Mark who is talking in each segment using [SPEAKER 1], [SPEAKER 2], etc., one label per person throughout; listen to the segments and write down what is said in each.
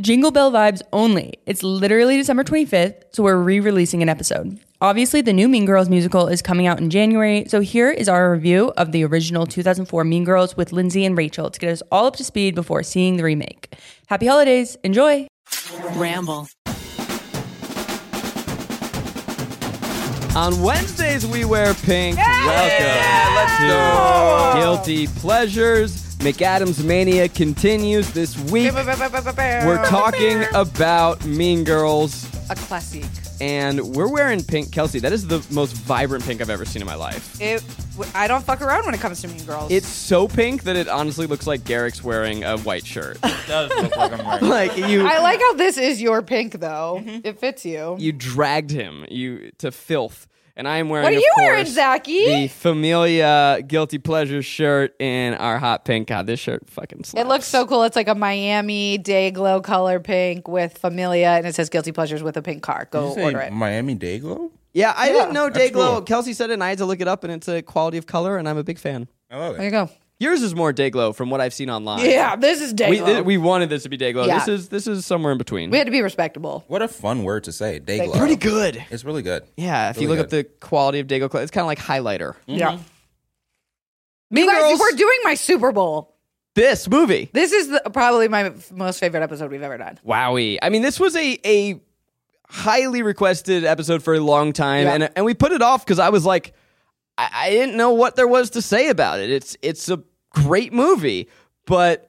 [SPEAKER 1] Jingle Bell vibes only. It's literally December 25th, so we're re releasing an episode. Obviously, the new Mean Girls musical is coming out in January, so here is our review of the original 2004 Mean Girls with Lindsay and Rachel to get us all up to speed before seeing the remake. Happy holidays! Enjoy!
[SPEAKER 2] Ramble.
[SPEAKER 3] On Wednesdays, we wear pink. Welcome. Let's do Guilty Pleasures. McAdams Mania continues this week. We're talking about Mean Girls,
[SPEAKER 4] a classic.
[SPEAKER 3] and we're wearing pink. Kelsey, that is the most vibrant pink I've ever seen in my life.
[SPEAKER 4] It, w- I don't fuck around when it comes to Mean Girls.
[SPEAKER 3] It's so pink that it honestly looks like Garrick's wearing a white shirt.
[SPEAKER 5] does look like I'm wearing.
[SPEAKER 3] like you,
[SPEAKER 4] I like how this is your pink though. It fits you.
[SPEAKER 3] you dragged him you to filth. And I am wearing.
[SPEAKER 4] What are
[SPEAKER 3] of
[SPEAKER 4] you wearing,
[SPEAKER 3] course,
[SPEAKER 4] Zachy?
[SPEAKER 3] The Familia Guilty Pleasure shirt and our hot pink. God, this shirt fucking. Slaps.
[SPEAKER 4] it looks so cool. It's like a Miami day glow color pink with Familia, and it says Guilty Pleasures with a pink car. Go order it.
[SPEAKER 5] Miami Dago?
[SPEAKER 3] Yeah, I didn't know Day Glow.
[SPEAKER 5] cool.
[SPEAKER 3] Kelsey said it, and I had to look it up, and it's a quality of color, and I'm a big fan.
[SPEAKER 5] I love
[SPEAKER 4] There you
[SPEAKER 5] it.
[SPEAKER 4] go.
[SPEAKER 3] Yours is more Day Glow from what I've seen online.
[SPEAKER 4] Yeah, this is day
[SPEAKER 3] we,
[SPEAKER 4] glow.
[SPEAKER 3] th-
[SPEAKER 4] we,
[SPEAKER 3] we wanted this to be Day Glow.
[SPEAKER 4] Yeah.
[SPEAKER 3] This is this is somewhere in between.
[SPEAKER 4] had to be respectable.
[SPEAKER 5] What a fun word to say. Dago.
[SPEAKER 3] Pretty good.
[SPEAKER 5] It's really good.
[SPEAKER 3] Yeah, if you
[SPEAKER 5] Really
[SPEAKER 3] look up the quality of Day Glow, it's kind of like highlighter.
[SPEAKER 4] Yeah. Mean you guys,
[SPEAKER 3] Girls.
[SPEAKER 4] we're doing my Super Bowl.
[SPEAKER 3] This movie,
[SPEAKER 4] This is the, probably my f- most favorite episode we've ever done.
[SPEAKER 3] wowie. I mean, this was a a highly requested episode for a long time, and and we put it off because I was like, I, I didn't know what there was to say about it. It's it's a great movie, but.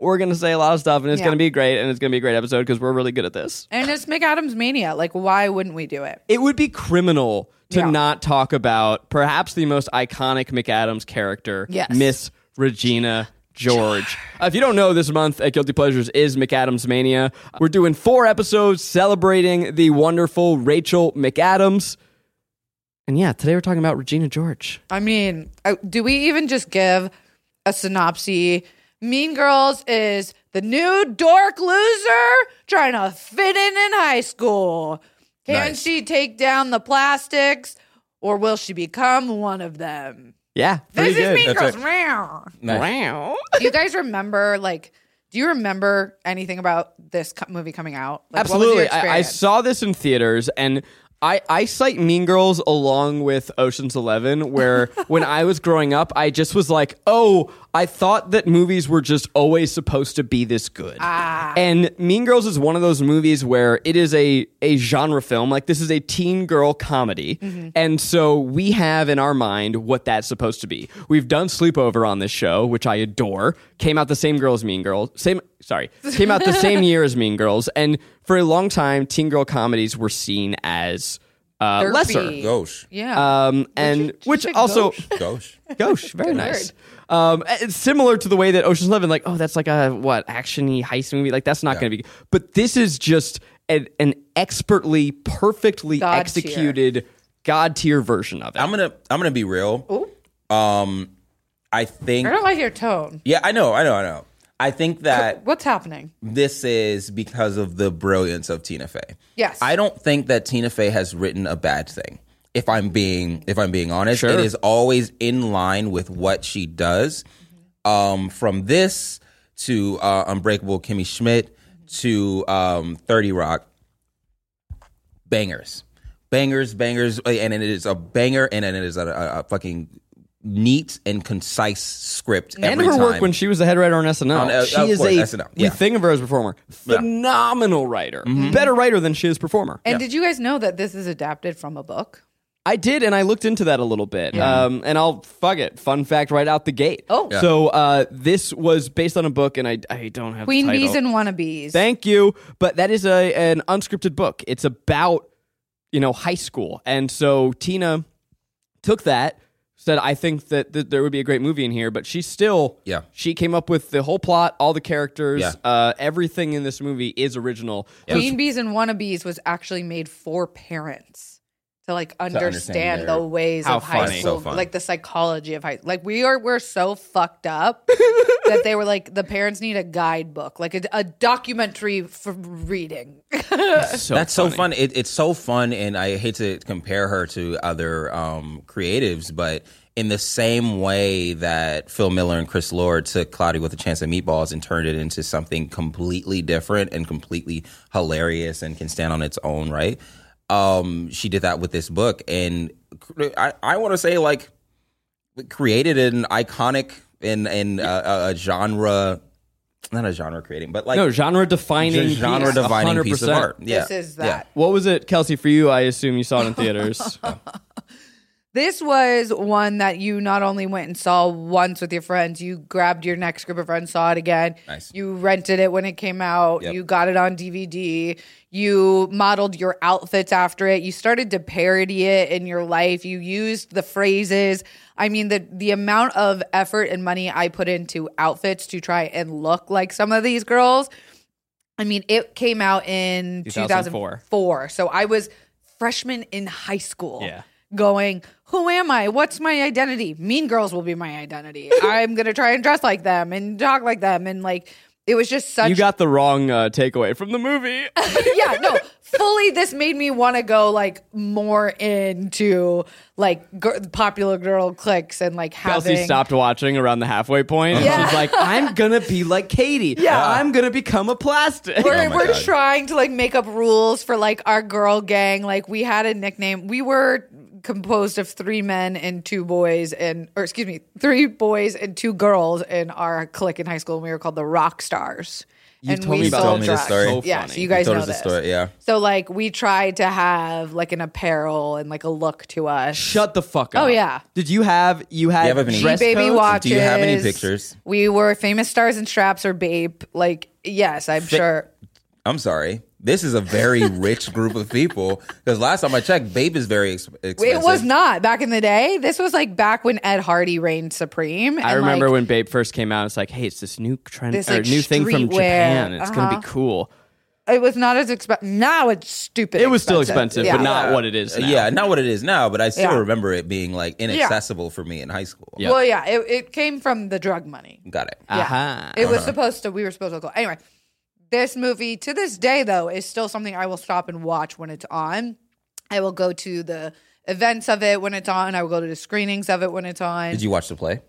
[SPEAKER 3] We're gonna say a lot of stuff, and it's
[SPEAKER 4] Yeah.
[SPEAKER 3] gonna be great, and it's gonna be a great episode because we're really good at this.
[SPEAKER 4] And it's McAdams Mania. Like, why wouldn't we do it?
[SPEAKER 3] It would be criminal to
[SPEAKER 4] Yeah.
[SPEAKER 3] not talk about perhaps the most iconic McAdams character,
[SPEAKER 4] Yes.
[SPEAKER 3] Miss Regina George. Uh, if you don't know, this month at Guilty Pleasures is McAdams Mania. We're doing four episodes celebrating the wonderful Rachel McAdams. And yeah, today we're talking about Regina George.
[SPEAKER 4] I mean, I- do we even just give a synopsis? Mean Girls is the new dork loser trying to fit in in high school. Can
[SPEAKER 5] Nice.
[SPEAKER 4] she take down the plastics or will she become one of them?
[SPEAKER 3] Yeah,
[SPEAKER 4] This is Mean
[SPEAKER 5] That's
[SPEAKER 4] Girls.
[SPEAKER 5] it.
[SPEAKER 4] Meow.
[SPEAKER 5] Nice.
[SPEAKER 3] Wow.
[SPEAKER 4] Do you guys remember, like, do you remember anything about this co- movie coming out? Like, what was your
[SPEAKER 3] Absolutely. I, I
[SPEAKER 4] experience?
[SPEAKER 3] saw this in theaters and I, I cite Mean Girls along with Ocean's Eleven, where when I was growing up, I just was like, oh, I thought that movies were just always supposed to be this good.
[SPEAKER 4] Ah.
[SPEAKER 3] And Mean Girls is one of those movies where it is a, a genre film. Like, this is a teen girl comedy. And so we have in our mind what that's supposed to be. We've done Sleepover on this show, which I adore. Came out the same girl as Mean Girls. Same, sorry, came out the same year as Mean Girls. And for a long time, teen girl comedies were seen as uh,
[SPEAKER 4] Derpy.
[SPEAKER 3] lesser.
[SPEAKER 5] Gosh.
[SPEAKER 4] yeah.
[SPEAKER 3] Um, and which also,
[SPEAKER 5] Gosh.
[SPEAKER 3] gosh, very nice. Um, it's similar to the way that Ocean's Eleven, like, oh, that's like a what actiony heist movie, like that's not going to be. But this is just an, an expertly, perfectly
[SPEAKER 4] God-tier.
[SPEAKER 3] executed god tier version of it.
[SPEAKER 5] I'm gonna I'm gonna be real. Um I think
[SPEAKER 4] I don't like your tone.
[SPEAKER 5] Yeah, I know, I know, I know. I think that
[SPEAKER 4] What's happening?
[SPEAKER 5] this is because of the brilliance of Tina Fey.
[SPEAKER 4] Yes.
[SPEAKER 5] I don't think that Tina Fey has written a bad thing. If I'm being if I'm being honest,
[SPEAKER 3] Sure.
[SPEAKER 5] it is always in line with what she does. Um, from this to uh, Unbreakable Kimmy Schmidt to um, Thirty Rock, bangers, bangers, bangers, eh, and it is a banger, and it is a, a, a fucking neat and concise script.
[SPEAKER 3] and
[SPEAKER 5] every
[SPEAKER 3] her work
[SPEAKER 5] time.
[SPEAKER 3] when she was the head writer on SNL.
[SPEAKER 5] On, uh,
[SPEAKER 3] she
[SPEAKER 5] of
[SPEAKER 3] is
[SPEAKER 5] course,
[SPEAKER 3] a
[SPEAKER 5] SNL, yeah. Mm-hmm.
[SPEAKER 3] we think of her as a performer, phenomenal writer, Mm-hmm. better writer than she is performer.
[SPEAKER 4] And did you guys know that this is adapted from a book?
[SPEAKER 3] I did, and I looked into that a little bit. Um, and I'll fuck it. Fun fact right out the gate.
[SPEAKER 4] Oh. Yeah.
[SPEAKER 3] so uh, this was based on a book, and I, I don't have
[SPEAKER 4] Queen
[SPEAKER 3] the title.
[SPEAKER 4] bees and wannabes.
[SPEAKER 3] Thank you, but that is a an unscripted book. It's about you know high school, and so Tina took that, said, "I think that th- there would be a great movie in here," but she still,
[SPEAKER 5] Yeah.
[SPEAKER 3] she came up with the whole plot, all the characters,
[SPEAKER 5] Yeah.
[SPEAKER 3] uh, everything in this movie is original. So
[SPEAKER 4] Queen Bees and Wannabes was actually made for parents to like
[SPEAKER 5] understand
[SPEAKER 4] understand,
[SPEAKER 5] their-
[SPEAKER 4] the ways
[SPEAKER 3] How
[SPEAKER 4] of high
[SPEAKER 3] funny.
[SPEAKER 4] school,
[SPEAKER 5] So fun.
[SPEAKER 4] like the psychology of high. Like we are, we're so fucked up that they were like the parents need a guidebook, like a, a documentary for reading.
[SPEAKER 3] it's so
[SPEAKER 5] That's so fun. It, it's so fun, and I hate to compare her to other um, creatives, but in the same way that Phil Miller and Chris Lord took Cloudy with a Chance of Meatballs and turned it into something completely different and completely hilarious and can stand on its own, right? Um, she did that with this book, and I, I want to say like created an iconic and and uh, a, a genre, not a genre creating, but like
[SPEAKER 3] No genre defining,
[SPEAKER 5] genre defining piece of art. Yeah,
[SPEAKER 4] This is
[SPEAKER 5] Yeah.
[SPEAKER 4] that.
[SPEAKER 3] What was it, Kelsey? For you, I assume you saw it in theaters.
[SPEAKER 4] This was one that you not only went and saw once with your friends, you grabbed your next group of friends, saw it again.
[SPEAKER 5] Nice.
[SPEAKER 4] You rented it when it came out.
[SPEAKER 5] Yep.
[SPEAKER 4] You got it on DVD. You modeled your outfits after it. You started to parody it in your life. You used the phrases. I mean, the the amount of effort and money I put into outfits to try and look like some of these girls. I mean, it came out in
[SPEAKER 3] 2004.
[SPEAKER 4] 2004. So I was freshman in high school.
[SPEAKER 3] Yeah.
[SPEAKER 4] Going, who am I? What's my identity? Mean Girls will be my identity. I'm going to try and dress like them and talk like them. And like, it was just such.
[SPEAKER 3] you got the wrong uh, takeaway from the movie.
[SPEAKER 4] yeah, no, fully this made me want to go like more into like gir- popular girl cliques and like having.
[SPEAKER 3] Kelsey stopped watching around the halfway point. And
[SPEAKER 4] Yeah.
[SPEAKER 3] She's like, I'm gonna be like Katie. Yeah. I'm gonna become a plastic.
[SPEAKER 4] We're,
[SPEAKER 5] Oh my
[SPEAKER 4] we're
[SPEAKER 5] God.
[SPEAKER 4] trying to like make up rules for like our girl gang. Like we had a nickname. We were composed of three men and two boys, and or excuse me, three boys and two girls in our clique in high school. And we were called the Rock Stars. You and
[SPEAKER 3] told
[SPEAKER 4] we
[SPEAKER 3] me about
[SPEAKER 4] sold
[SPEAKER 5] this. You told me this
[SPEAKER 4] drugs.
[SPEAKER 5] story. So
[SPEAKER 4] yeah,
[SPEAKER 3] funny.
[SPEAKER 4] so you guys
[SPEAKER 5] told
[SPEAKER 4] know
[SPEAKER 5] us the
[SPEAKER 4] this.
[SPEAKER 5] story, yeah.
[SPEAKER 4] So like we tried to have like an apparel and like a look to us.
[SPEAKER 3] Shut the fuck up.
[SPEAKER 4] Oh, yeah.
[SPEAKER 3] Did you have you had
[SPEAKER 5] have any-
[SPEAKER 3] dress
[SPEAKER 4] She baby
[SPEAKER 3] codes?
[SPEAKER 4] watches.
[SPEAKER 5] Do you have any pictures?
[SPEAKER 4] We were famous stars and straps or babe. Like yes, I'm sure.
[SPEAKER 5] I'm sorry. This is a very rich group of people because last time I checked, Babe is very ex- expensive.
[SPEAKER 4] It was not back in the day. This was like back when Ed Hardy reigned supreme.
[SPEAKER 3] I
[SPEAKER 4] and,
[SPEAKER 3] remember
[SPEAKER 4] like,
[SPEAKER 3] when Babe first came out. It's like, hey, it's this new trend
[SPEAKER 4] This,
[SPEAKER 3] or
[SPEAKER 4] like,
[SPEAKER 3] new thing from
[SPEAKER 4] streetwear. Uh-huh.
[SPEAKER 3] Japan. It's gonna be cool.
[SPEAKER 4] it was not as expensive. Now it's stupid.
[SPEAKER 3] It was still expensive,
[SPEAKER 4] Yeah.
[SPEAKER 3] but not what it is.
[SPEAKER 5] Uh,
[SPEAKER 3] Now.
[SPEAKER 5] Yeah, not what it is now, but I still
[SPEAKER 4] Yeah.
[SPEAKER 5] remember it being like inaccessible for me in high school.
[SPEAKER 3] Yeah.
[SPEAKER 4] Well, yeah, it, it came from the drug money.
[SPEAKER 5] Got it.
[SPEAKER 4] Yeah.
[SPEAKER 3] Aha.
[SPEAKER 4] It was supposed to. We were supposed to go anyway. This movie to this day though is still something I will stop and watch when it's on. I will go to the events of it when it's on. I will go to the screenings of it when it's on.
[SPEAKER 5] Did you watch the play?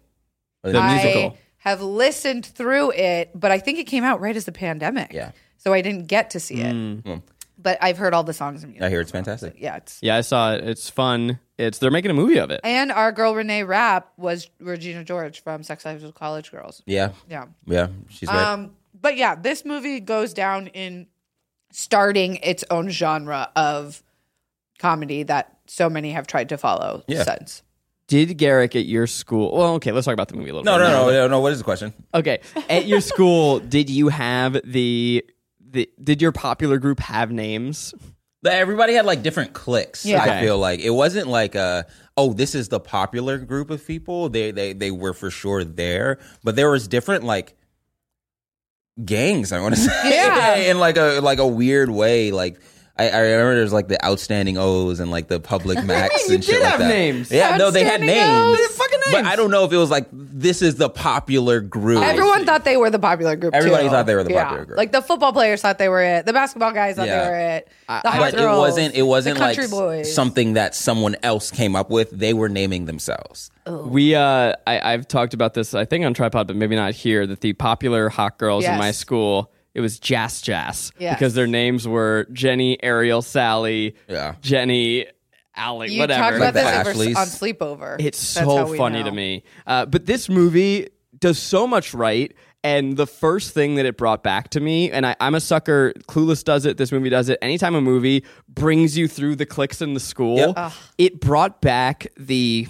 [SPEAKER 5] Or
[SPEAKER 3] The
[SPEAKER 4] I
[SPEAKER 3] musical.
[SPEAKER 4] have listened through it, but I think it came out right as the pandemic.
[SPEAKER 5] Yeah. Mm.
[SPEAKER 4] So I didn't get to see it. But I've heard all the songs and music.
[SPEAKER 5] I hear it's fantastic.
[SPEAKER 4] Yeah, it's
[SPEAKER 3] Yeah, I saw it. It's fun. It's they're making a movie of it.
[SPEAKER 4] and our girl Renee Rapp was Regina George from Sex Lives of College Girls.
[SPEAKER 5] Yeah.
[SPEAKER 4] Yeah.
[SPEAKER 5] Yeah. She's great.
[SPEAKER 4] Um, but yeah, this movie goes down in starting its own genre of comedy that so many have tried to follow
[SPEAKER 5] Yeah.
[SPEAKER 4] since.
[SPEAKER 3] Did Garrick at your school? Well, okay, let's talk about the movie a little
[SPEAKER 5] no,
[SPEAKER 3] bit.
[SPEAKER 5] no, no, no, no. What is the question?
[SPEAKER 3] Okay, at your school, did you have the the did your popular group have names?
[SPEAKER 5] Like, Everybody had like different cliques.
[SPEAKER 4] Yeah.
[SPEAKER 5] I
[SPEAKER 3] Okay.
[SPEAKER 5] feel like it wasn't like a oh this is the popular group of people. They they they were for sure there, but there was different like gangs. I want to say
[SPEAKER 4] Yeah.
[SPEAKER 5] in like a like a weird way. Like I, I remember there's like the outstanding O's and like the public max
[SPEAKER 3] You
[SPEAKER 5] and shit
[SPEAKER 3] did
[SPEAKER 5] like
[SPEAKER 3] have
[SPEAKER 5] that.
[SPEAKER 3] names.
[SPEAKER 5] Yeah, no, they had
[SPEAKER 4] Outstanding
[SPEAKER 5] names.
[SPEAKER 4] O's. They had
[SPEAKER 3] fucking
[SPEAKER 5] But
[SPEAKER 3] names.
[SPEAKER 5] I don't know if it was like this is the popular group.
[SPEAKER 4] Everyone thought they were the popular group.
[SPEAKER 5] Everybody
[SPEAKER 4] too.
[SPEAKER 5] thought they were the popular group.
[SPEAKER 4] Like the football players thought they were it. The basketball guys thought
[SPEAKER 5] Yeah.
[SPEAKER 4] they were it. The hot
[SPEAKER 5] But it
[SPEAKER 4] girls,
[SPEAKER 5] wasn't. It wasn't
[SPEAKER 4] the country
[SPEAKER 5] like
[SPEAKER 4] boys.
[SPEAKER 5] something that someone else came up with. They were naming themselves.
[SPEAKER 4] Oh.
[SPEAKER 3] We, uh, I, I've talked about this, I think on Tripod, but maybe not here, that the popular hot girls in
[SPEAKER 4] Yes.
[SPEAKER 3] my school, it was Jas Jas
[SPEAKER 4] Yes.
[SPEAKER 3] because their names were Jenny, Ariel, Sally,
[SPEAKER 5] Yeah.
[SPEAKER 3] Jenny, Allie,
[SPEAKER 4] you
[SPEAKER 3] whatever.
[SPEAKER 4] talked about
[SPEAKER 5] Like the
[SPEAKER 4] this over,
[SPEAKER 5] Ashleys.
[SPEAKER 4] on sleepover.
[SPEAKER 3] It's
[SPEAKER 4] That's how
[SPEAKER 3] so
[SPEAKER 4] we
[SPEAKER 3] funny
[SPEAKER 4] know.
[SPEAKER 3] to me. Uh, but this movie does so much right. And the first thing that it brought back to me, and I, I'm a sucker, Clueless does it, this movie does it, anytime a movie brings you through the clicks in the school,
[SPEAKER 5] Yep.
[SPEAKER 3] it brought back the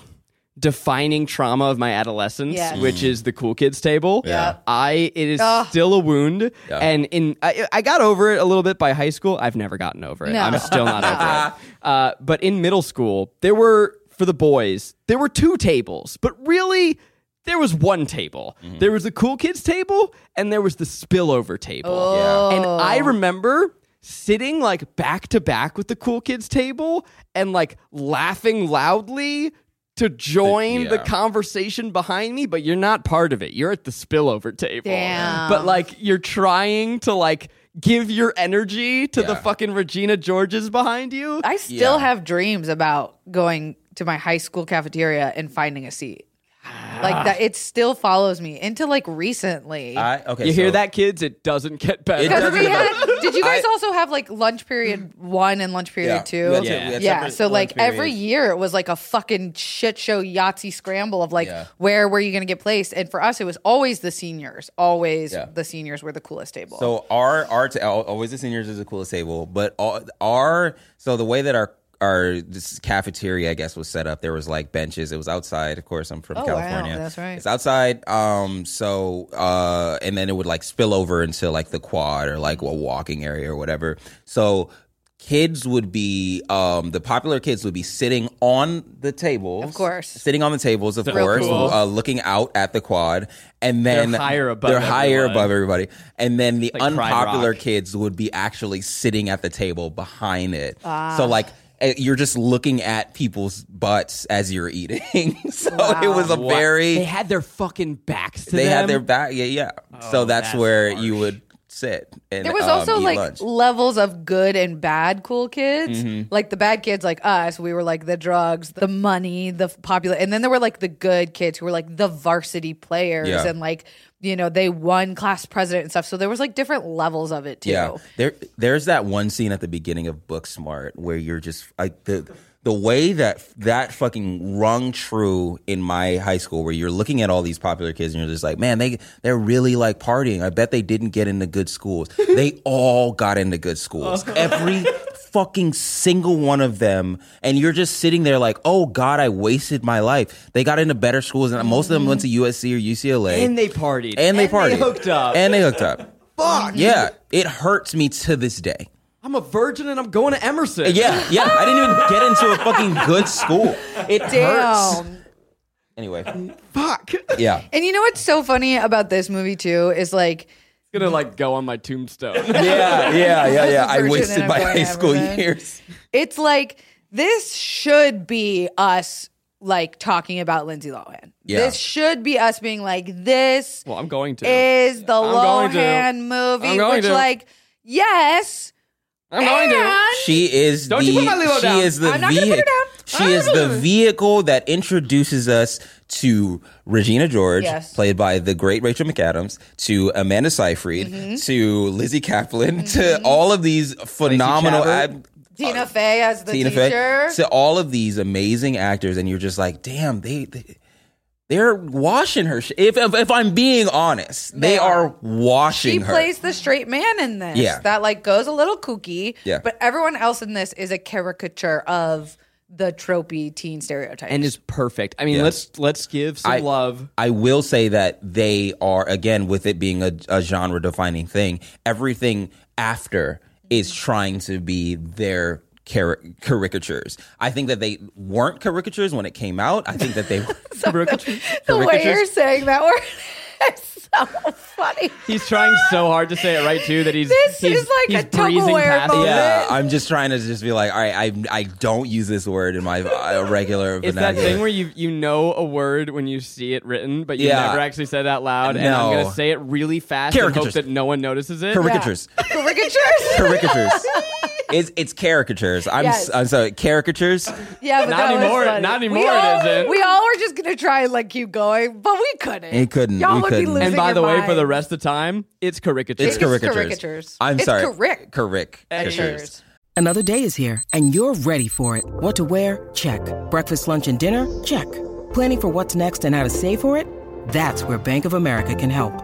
[SPEAKER 3] defining trauma of my adolescence,
[SPEAKER 4] Yes.
[SPEAKER 3] which is the cool kids table.
[SPEAKER 5] Yeah.
[SPEAKER 3] I it is still a wound.
[SPEAKER 5] Yeah.
[SPEAKER 3] And in I, I got over it a little bit by high school. I've never gotten over it.
[SPEAKER 4] No.
[SPEAKER 3] I'm still not over it. Uh, but in middle school, there were for the boys, there were two tables, but really there was one table.
[SPEAKER 5] Mm-hmm.
[SPEAKER 3] There was the cool kids table and there was the spillover table.
[SPEAKER 4] Oh.
[SPEAKER 3] And I remember sitting like back to back with the cool kids table and like laughing loudly to join the
[SPEAKER 5] yeah.
[SPEAKER 3] conversation behind me, but you're not part of it. You're at the spillover table.
[SPEAKER 4] Damn.
[SPEAKER 3] But like you're trying to like give your energy to the
[SPEAKER 5] Yeah.
[SPEAKER 3] fucking Regina Georges behind you.
[SPEAKER 4] I still
[SPEAKER 5] Yeah.
[SPEAKER 4] have dreams about going to my high school cafeteria and finding a seat. Like that, it still follows me into like recently.
[SPEAKER 5] I, okay,
[SPEAKER 3] you hear
[SPEAKER 5] so-
[SPEAKER 3] that, kids? It doesn't get better.
[SPEAKER 5] It
[SPEAKER 4] Because
[SPEAKER 5] doesn't-
[SPEAKER 4] we had, did you guys
[SPEAKER 5] I-
[SPEAKER 4] also have like lunch period one and lunch period
[SPEAKER 5] Yeah,
[SPEAKER 4] two?
[SPEAKER 5] we had two-
[SPEAKER 3] Yeah.
[SPEAKER 5] we had
[SPEAKER 4] yeah.
[SPEAKER 5] separate
[SPEAKER 4] So like
[SPEAKER 5] lunch
[SPEAKER 4] every
[SPEAKER 5] periods.
[SPEAKER 4] year it was like a fucking shit show Yahtzee scramble of like
[SPEAKER 5] Yeah.
[SPEAKER 4] where were you gonna get placed? And for us it was always the seniors. Always
[SPEAKER 5] Yeah.
[SPEAKER 4] the seniors were the coolest table.
[SPEAKER 5] So our our ta- al- always the seniors is the coolest table, but all, our so the way that our our this cafeteria I guess was set up, there was like benches. It was outside, of course. I'm from
[SPEAKER 4] Oh, wow,
[SPEAKER 5] California.
[SPEAKER 4] that's right.
[SPEAKER 5] It's outside. Um, so uh, and then it would like spill over into like the quad or like a walking area or whatever. So. Kids would be um, the popular kids would be sitting on the tables,
[SPEAKER 4] Of course.
[SPEAKER 5] sitting on the tables, of
[SPEAKER 4] Real
[SPEAKER 5] course,
[SPEAKER 4] cool.
[SPEAKER 5] uh, looking out at the quad, and then
[SPEAKER 3] higher above
[SPEAKER 5] they're higher
[SPEAKER 3] everyone.
[SPEAKER 5] above everybody. And then the
[SPEAKER 3] Like Pride
[SPEAKER 5] unpopular
[SPEAKER 3] Rock.
[SPEAKER 5] kids would be actually sitting at the table behind it.
[SPEAKER 4] Ah.
[SPEAKER 5] So like eh, you're just looking at people's butts as you're eating. so it was a very
[SPEAKER 3] they had their fucking backs to
[SPEAKER 5] they
[SPEAKER 3] them. Oh,
[SPEAKER 5] had their back. Yeah, yeah. so that's,
[SPEAKER 3] that's
[SPEAKER 5] where
[SPEAKER 3] harsh.
[SPEAKER 5] you would sit. And
[SPEAKER 4] There was
[SPEAKER 5] um,
[SPEAKER 4] also
[SPEAKER 5] eat
[SPEAKER 4] like
[SPEAKER 5] lunch. Mm-hmm.
[SPEAKER 4] levels of good and bad cool kids. Like the bad kids, like us, we were like the drugs, the money, the f- popular. And then there were like the good kids who were like the varsity players
[SPEAKER 5] Yeah.
[SPEAKER 4] and like, you know, they won class president and stuff. So there was like different levels of it too.
[SPEAKER 5] Yeah, there, there's that one scene at the beginning of Booksmart where you're just like the the way that that fucking rung true in my high school, where you're looking at all these popular kids and you're just like, man, they they're really like partying. I bet they didn't get into good schools. they all got into good schools.
[SPEAKER 3] Uh-huh.
[SPEAKER 5] Every fucking single one of them and you're just sitting there like oh god i wasted my life they got into better schools and most of them went to usc or ucla
[SPEAKER 3] Mm-hmm. and they partied.
[SPEAKER 5] and they partied
[SPEAKER 3] hooked up.
[SPEAKER 5] and they hooked up
[SPEAKER 3] Fuck.
[SPEAKER 5] yeah, it hurts me to this day.
[SPEAKER 3] I'm a virgin and I'm going to Emerson.
[SPEAKER 5] Yeah, yeah. I didn't even get into a fucking good school. It hurts.
[SPEAKER 4] Damn.
[SPEAKER 5] Anyway,
[SPEAKER 3] Fuck.
[SPEAKER 5] yeah.
[SPEAKER 4] And you know what's so funny about this movie too is like,
[SPEAKER 3] gonna like go on my tombstone.
[SPEAKER 5] Yeah, yeah, yeah, yeah. I
[SPEAKER 4] Virgin and
[SPEAKER 5] wasted
[SPEAKER 4] I'm
[SPEAKER 5] my
[SPEAKER 4] going
[SPEAKER 5] high school
[SPEAKER 4] everything.
[SPEAKER 5] years.
[SPEAKER 4] it's like this should be us like talking about Lindsay Lohan.
[SPEAKER 5] Yeah.
[SPEAKER 4] This should be us being like, this
[SPEAKER 3] well, I'm going to.
[SPEAKER 4] is the
[SPEAKER 3] I'm going to.
[SPEAKER 4] Lohan movie,
[SPEAKER 3] I'm going
[SPEAKER 4] which
[SPEAKER 3] to.
[SPEAKER 4] like, yes,
[SPEAKER 3] I'm going to.
[SPEAKER 4] and
[SPEAKER 5] She is
[SPEAKER 3] Don't
[SPEAKER 5] the
[SPEAKER 3] you put my Lilo
[SPEAKER 5] she
[SPEAKER 3] down.
[SPEAKER 5] is the
[SPEAKER 4] I'm not gonna put it
[SPEAKER 5] vehic-
[SPEAKER 4] down.
[SPEAKER 5] she is the vehicle that introduces us to Regina George,
[SPEAKER 4] Yes.
[SPEAKER 5] played by the great Rachel McAdams, to Amanda Seyfried, to Lizzie Kaplan, to all of these phenomenal.
[SPEAKER 3] Chabot.
[SPEAKER 5] I-
[SPEAKER 4] Tina Fey as the
[SPEAKER 5] Tina Fey.
[SPEAKER 4] teacher.
[SPEAKER 5] So all of these amazing actors, and you're just like, damn, they, they they're washing her. Sh- if, if if I'm being honest, they,
[SPEAKER 4] They
[SPEAKER 5] are,
[SPEAKER 4] are.
[SPEAKER 5] washing
[SPEAKER 4] she
[SPEAKER 5] her.
[SPEAKER 4] plays the straight man in this.
[SPEAKER 5] Yeah.
[SPEAKER 4] That like goes a little kooky.
[SPEAKER 5] Yeah.
[SPEAKER 4] But everyone else in this is a caricature of the tropey teen stereotypes.
[SPEAKER 3] And is perfect. I mean,
[SPEAKER 5] Yeah.
[SPEAKER 3] let's let's give some
[SPEAKER 5] I-
[SPEAKER 3] love.
[SPEAKER 5] I will say that they are again with it being a, a genre defining thing. Everything after is trying to be their car- caricatures. I think that they weren't caricatures when it came out. I think that they were.
[SPEAKER 4] the way
[SPEAKER 3] caricatures.
[SPEAKER 4] you're saying that word is so funny.
[SPEAKER 3] He's trying so hard to say it right too that he's
[SPEAKER 4] This
[SPEAKER 3] he's,
[SPEAKER 4] is like
[SPEAKER 3] he's
[SPEAKER 4] a Tupperware
[SPEAKER 3] breezing past it.
[SPEAKER 4] moment.
[SPEAKER 5] Yeah, I'm just trying to just be like, all right, I I don't use this word in my uh, regular
[SPEAKER 3] It's that
[SPEAKER 5] vernacular.
[SPEAKER 3] thing where you you know a word when you see it written, but you
[SPEAKER 5] Yeah.
[SPEAKER 3] never actually said it out loud. And I'm
[SPEAKER 5] No.
[SPEAKER 3] gonna say it really fast and hope
[SPEAKER 5] Caricatures.
[SPEAKER 3] that no one notices it.
[SPEAKER 5] caricatures.
[SPEAKER 4] Caricatures.
[SPEAKER 5] Caricatures. It's, it's caricatures. I'm,
[SPEAKER 4] Yes.
[SPEAKER 5] am sorry, caricatures.
[SPEAKER 4] yeah, but
[SPEAKER 3] Not
[SPEAKER 4] that was
[SPEAKER 3] anymore-
[SPEAKER 4] funny.
[SPEAKER 3] not
[SPEAKER 4] We
[SPEAKER 3] anymore it
[SPEAKER 4] all-
[SPEAKER 3] isn't.
[SPEAKER 4] We all were just gonna try and like keep going, but we couldn't.
[SPEAKER 5] It couldn't.
[SPEAKER 4] Y'all
[SPEAKER 5] We
[SPEAKER 4] would be
[SPEAKER 5] couldn't.
[SPEAKER 4] losing
[SPEAKER 3] And by the
[SPEAKER 4] your
[SPEAKER 3] way, for the
[SPEAKER 4] minds.
[SPEAKER 3] rest of time, it's caricatures.
[SPEAKER 5] It's caricatures.
[SPEAKER 4] caricatures.
[SPEAKER 5] I'm
[SPEAKER 4] It's
[SPEAKER 5] sorry.
[SPEAKER 4] correct.
[SPEAKER 5] Caricatures.
[SPEAKER 2] Another day is here, and you're ready for it. What to wear? Check. Breakfast, lunch, and dinner? Check. Planning for what's next and how to save for it? That's where Bank of America can help.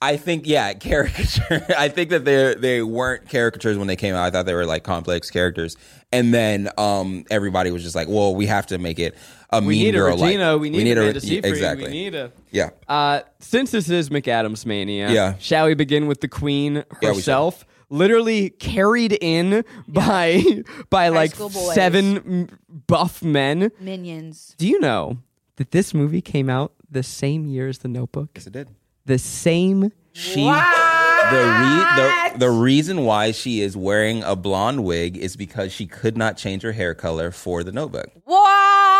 [SPEAKER 5] I think yeah, caricature. I think that they they weren't caricatures when they came out. I thought they were like complex characters, and then um, everybody was just like, "Well, we have to make it a
[SPEAKER 3] We
[SPEAKER 5] mean
[SPEAKER 3] need a
[SPEAKER 5] girl."
[SPEAKER 3] Regina.
[SPEAKER 5] like
[SPEAKER 3] we need, a Amanda
[SPEAKER 5] yeah,
[SPEAKER 3] Seyfried.
[SPEAKER 5] exactly.
[SPEAKER 3] We need a.
[SPEAKER 5] yeah,
[SPEAKER 3] Uh, since this is McAdams Mania,
[SPEAKER 5] Yeah.
[SPEAKER 3] shall we begin with the Queen
[SPEAKER 5] shall.
[SPEAKER 3] herself? Literally carried in by by like
[SPEAKER 4] school boys.
[SPEAKER 3] seven m- buff men.
[SPEAKER 4] Minions.
[SPEAKER 3] Do you know that this movie came out the same year as The Notebook?
[SPEAKER 5] yes, it did.
[SPEAKER 3] The same.
[SPEAKER 5] She the, re- the the reason why she is wearing a blonde wig is because she could not change her hair color for the Notebook.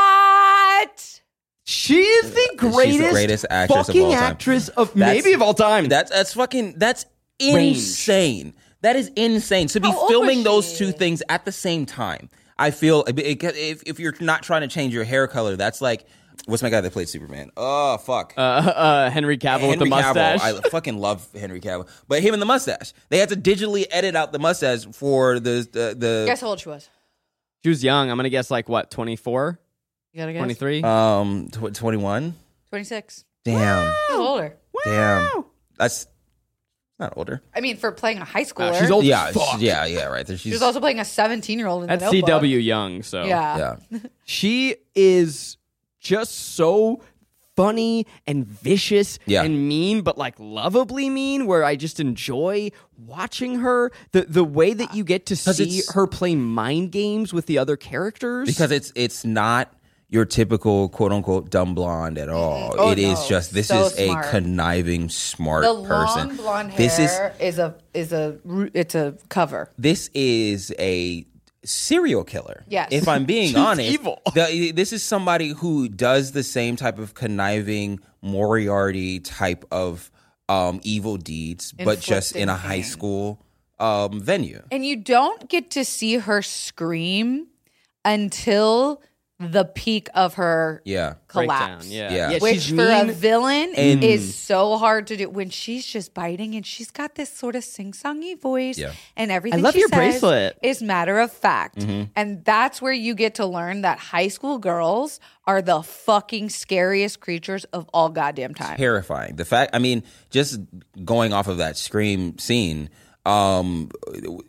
[SPEAKER 4] What?
[SPEAKER 3] She is the greatest,
[SPEAKER 5] greatest actress of
[SPEAKER 3] fucking
[SPEAKER 5] all time.
[SPEAKER 3] actress of
[SPEAKER 5] That's-
[SPEAKER 3] maybe of all time.
[SPEAKER 5] That's that's fucking that's
[SPEAKER 3] Range.
[SPEAKER 5] insane. That is insane to be
[SPEAKER 4] How old was
[SPEAKER 5] filming those
[SPEAKER 4] she?
[SPEAKER 5] two things at the same time. I feel it- it- if if you're not trying to change your hair color, that's like what's my guy that played Superman? Oh fuck.
[SPEAKER 3] uh, uh, Henry Cavill with the mustache.
[SPEAKER 5] Cavill, I fucking love Henry Cavill, but him and the mustache. They had to digitally edit out the mustache for the the, the
[SPEAKER 4] Guess how old she was.
[SPEAKER 3] she was young. I'm gonna guess like what 24,
[SPEAKER 4] You gotta guess.
[SPEAKER 3] 23.
[SPEAKER 5] um tw- twenty one.
[SPEAKER 4] 26.
[SPEAKER 5] Damn,
[SPEAKER 4] She was older.
[SPEAKER 5] damn, that's not older.
[SPEAKER 4] I mean, for playing a high schooler.
[SPEAKER 3] she's old. as
[SPEAKER 5] Uh, Yeah,
[SPEAKER 3] fuck.
[SPEAKER 5] she- yeah, yeah. Right there, she's
[SPEAKER 4] She was also playing a 17 year old in
[SPEAKER 3] That's
[SPEAKER 4] the Notebook.
[SPEAKER 3] CW young. So
[SPEAKER 4] Yeah.
[SPEAKER 5] yeah.
[SPEAKER 3] she is just so funny and vicious
[SPEAKER 5] Yeah.
[SPEAKER 3] and mean but like lovably mean where i just enjoy watching her the the way that you get to see
[SPEAKER 5] it's-
[SPEAKER 3] her play mind games with the other characters
[SPEAKER 5] because it's it's not your typical quote unquote dumb blonde at all.
[SPEAKER 4] Oh,
[SPEAKER 5] it is
[SPEAKER 4] no.
[SPEAKER 5] just this
[SPEAKER 4] So
[SPEAKER 5] is
[SPEAKER 4] smart.
[SPEAKER 5] a conniving, smart
[SPEAKER 4] The
[SPEAKER 5] person.
[SPEAKER 4] long blonde hair
[SPEAKER 5] This is
[SPEAKER 4] is a is a ru- it's a cover.
[SPEAKER 5] this is a serial killer.
[SPEAKER 4] Yes.
[SPEAKER 5] If I'm being honest,
[SPEAKER 3] evil.
[SPEAKER 5] the- this is somebody who does the same type of conniving Moriarty type of um, evil deeds, but just in a
[SPEAKER 4] Inflicting
[SPEAKER 5] high
[SPEAKER 4] pain.
[SPEAKER 5] school um, venue.
[SPEAKER 4] And you don't get to see her scream until the peak of her
[SPEAKER 5] Yeah.
[SPEAKER 4] collapse.
[SPEAKER 3] yeah
[SPEAKER 5] Yeah.
[SPEAKER 3] yeah
[SPEAKER 4] Which
[SPEAKER 3] she's
[SPEAKER 4] for
[SPEAKER 3] mean
[SPEAKER 4] a villain
[SPEAKER 5] and-
[SPEAKER 4] is so hard to do when she's just biting and she's got this sort of sing-songy voice
[SPEAKER 5] Yeah.
[SPEAKER 4] and everything
[SPEAKER 3] love
[SPEAKER 4] she
[SPEAKER 3] your
[SPEAKER 4] says
[SPEAKER 3] bracelet.
[SPEAKER 4] is matter of fact.
[SPEAKER 5] Mm-hmm.
[SPEAKER 4] And that's where you get to learn that high school girls are the fucking scariest creatures of all goddamn time.
[SPEAKER 5] terrifying. The fact, I mean, just going off of that scream scene, um,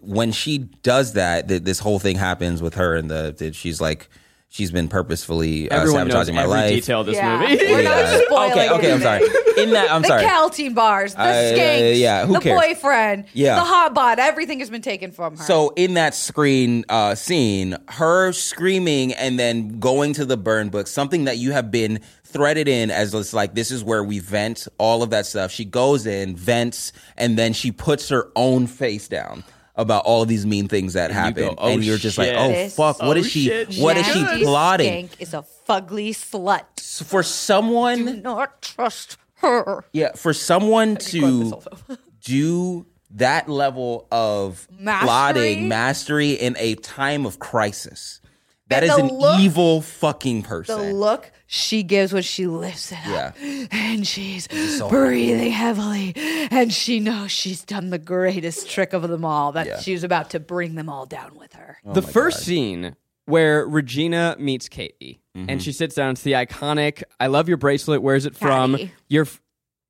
[SPEAKER 5] when she does that, th- this whole thing happens with her, and the that she's like, she's been purposefully uh,
[SPEAKER 3] everyone knows
[SPEAKER 5] sabotaging my
[SPEAKER 3] every
[SPEAKER 5] life. Oh,
[SPEAKER 3] detail of this
[SPEAKER 4] Yeah.
[SPEAKER 3] movie
[SPEAKER 4] We're not
[SPEAKER 5] Yeah.
[SPEAKER 4] spoiling
[SPEAKER 5] okay, okay, I'm sorry. In that, I'm
[SPEAKER 4] The
[SPEAKER 5] sorry.
[SPEAKER 4] Caltine bars, the
[SPEAKER 5] I- uh,
[SPEAKER 4] skanks,
[SPEAKER 5] yeah, who
[SPEAKER 4] the
[SPEAKER 5] cares?
[SPEAKER 4] boyfriend,
[SPEAKER 5] Yeah.
[SPEAKER 4] the hot bod, everything has been taken from her.
[SPEAKER 5] So in that screen uh, scene, her screaming and then going to the burn book, something that you have been threaded in as it's like this is where we vent all of that stuff. She goes in, vents, and then she puts her own face down about all these mean things that happen,
[SPEAKER 3] go, "Oh,
[SPEAKER 5] and you're just like,
[SPEAKER 3] shit.
[SPEAKER 5] oh
[SPEAKER 4] This-
[SPEAKER 5] fuck, what is
[SPEAKER 3] Oh,
[SPEAKER 5] she?
[SPEAKER 3] shit,
[SPEAKER 5] What is
[SPEAKER 4] Jackie
[SPEAKER 5] she plotting?
[SPEAKER 4] Skank is a fugly slut.
[SPEAKER 5] For someone
[SPEAKER 4] Do not trust her.
[SPEAKER 5] Yeah, for someone to do that level of
[SPEAKER 4] Mastery?
[SPEAKER 5] plotting, mastery in a time of crisis, that
[SPEAKER 4] And
[SPEAKER 5] is
[SPEAKER 4] the
[SPEAKER 5] an
[SPEAKER 4] look-
[SPEAKER 5] evil fucking
[SPEAKER 4] The
[SPEAKER 5] person.
[SPEAKER 4] look she gives when she lifts it up, and she's breathing heavily, and she knows she's done the greatest trick of them all. That she's about to bring them all down with her.
[SPEAKER 5] Oh
[SPEAKER 3] the first scene where Regina meets Katie
[SPEAKER 5] Mm-hmm.
[SPEAKER 3] and she sits down. It's the iconic "I love your bracelet." Where's it from?
[SPEAKER 4] Catty.
[SPEAKER 3] Your, f-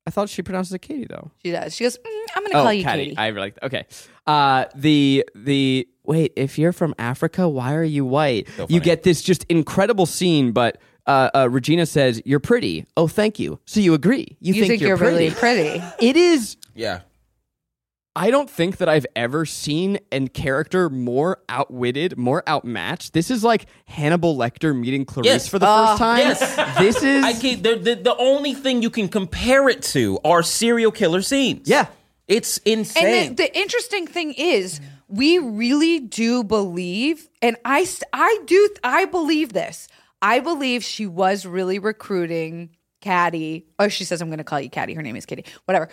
[SPEAKER 3] I thought she pronounces it Katie though.
[SPEAKER 4] She does. She goes, "Mm, "I'm going to call you
[SPEAKER 3] Catty.
[SPEAKER 4] Katie."
[SPEAKER 3] Oh, I like okay. Uh, the the wait. If you're from Africa, why are you white? you get this just incredible scene, but. Uh, uh, Regina says, "You're pretty." Oh, thank you. So you agree? You,
[SPEAKER 4] you think, you're, really pretty?
[SPEAKER 3] It is
[SPEAKER 5] Yeah.
[SPEAKER 3] I don't think that I've ever seen a character more outwitted, more outmatched. This is like Hannibal Lecter meeting Clarice
[SPEAKER 5] Yes.
[SPEAKER 3] for the
[SPEAKER 4] Ah,
[SPEAKER 3] first time.
[SPEAKER 5] yes.
[SPEAKER 3] This is
[SPEAKER 5] I can, the, the, the only thing you can compare it to are serial killer scenes.
[SPEAKER 3] Yeah.
[SPEAKER 5] It's insane.
[SPEAKER 4] And the, the interesting thing is, we really do believe, and I, st- I do, I believe this. I believe she was really recruiting Caddy. Oh, she says, I'm going to call you Caddy. Her name is Katie. Whatever.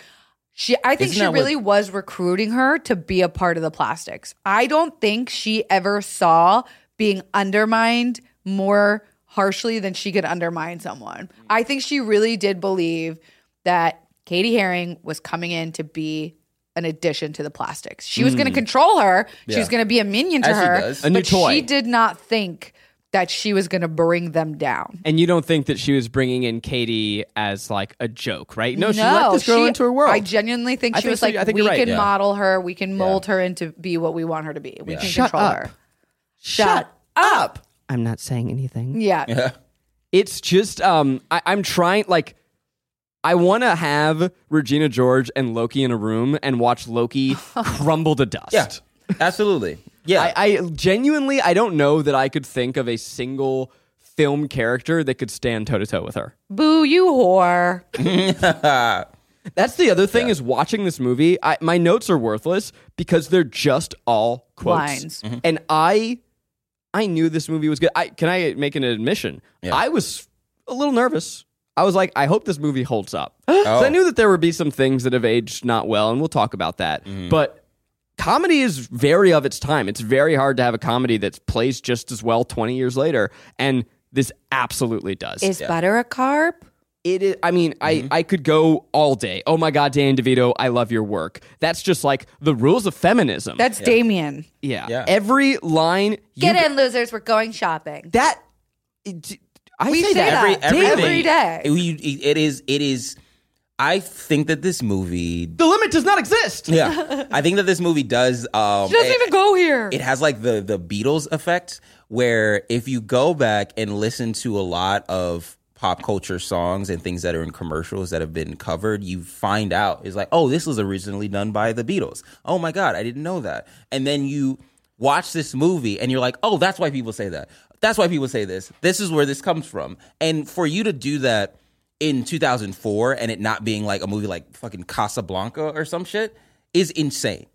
[SPEAKER 4] She, I think
[SPEAKER 5] Isn't
[SPEAKER 4] she
[SPEAKER 5] that what-
[SPEAKER 4] really was recruiting her to be a part of the plastics. I don't think she ever saw being undermined more harshly than she could undermine someone. I think she really did believe that Katie Herring was coming in to be an addition to the plastics. She was going to control her. She was going to be a minion to
[SPEAKER 5] Hmm. As she
[SPEAKER 4] her.
[SPEAKER 5] does.
[SPEAKER 3] A new
[SPEAKER 4] but
[SPEAKER 3] toy.
[SPEAKER 4] she did not think that she was going to bring them down.
[SPEAKER 3] And you don't think that she was bringing in Katie as like a joke, right? No, she let this girl
[SPEAKER 4] she-
[SPEAKER 3] into her world.
[SPEAKER 4] I genuinely think
[SPEAKER 3] I
[SPEAKER 4] she
[SPEAKER 3] think
[SPEAKER 4] was
[SPEAKER 3] so-
[SPEAKER 4] like,
[SPEAKER 3] I think
[SPEAKER 4] we
[SPEAKER 3] you're right,
[SPEAKER 4] can
[SPEAKER 3] yeah.
[SPEAKER 4] model her, we can mold her into be what we want her to be. We can control her.
[SPEAKER 3] Shut
[SPEAKER 4] up.
[SPEAKER 3] I'm not saying anything.
[SPEAKER 4] Yeah.
[SPEAKER 3] it's just um I, I'm trying like I want to have Regina George and Loki in a room and watch Loki crumble to dust.
[SPEAKER 5] Yeah, absolutely. Yeah,
[SPEAKER 3] I, I genuinely I don't know that I could think of a single film character that could stand toe to toe with her.
[SPEAKER 4] Boo, you whore.
[SPEAKER 3] That's the other thing is watching this movie. I, my notes are worthless because they're just all quotes,
[SPEAKER 4] Lines.
[SPEAKER 3] and I, I knew this movie was good. I can I make an admission? I was a little nervous. I was like, I hope this movie holds up. 'Cause I knew that there would be some things that have aged not well, and we'll talk about that. But comedy is very of its time. It's very hard to have a comedy that plays just as well twenty years later, and this absolutely does.
[SPEAKER 4] Is butter a carb?
[SPEAKER 3] It is. I mean, I I could go all day. Oh my God, Dan DeVito, I love your work. That's just like the rules of feminism.
[SPEAKER 4] That's Damien.
[SPEAKER 3] yeah.
[SPEAKER 5] Yeah.
[SPEAKER 3] Every line. You
[SPEAKER 4] Get in, losers. We're going shopping.
[SPEAKER 3] That. it- I
[SPEAKER 4] We
[SPEAKER 3] say
[SPEAKER 4] say
[SPEAKER 3] that.
[SPEAKER 4] that.
[SPEAKER 5] every everything,
[SPEAKER 4] Every day.
[SPEAKER 5] We- it is. It is. I think that this movie.
[SPEAKER 3] The limit does not exist.
[SPEAKER 5] Yeah, I think that this movie does. Um,
[SPEAKER 4] She doesn't
[SPEAKER 5] it-
[SPEAKER 4] even go here.
[SPEAKER 5] it has like the the Beatles effect, where if you go back and listen to a lot of pop culture songs and things that are in commercials that have been covered, you find out it's like, oh, this was originally done by the Beatles. Oh my god, I didn't know that. And then you watch this movie and you're like, oh, that's why people say that. That's why people say this. This is where this comes from. And for you to do that in 2004 and it not being like a movie like fucking Casablanca or some shit is insane.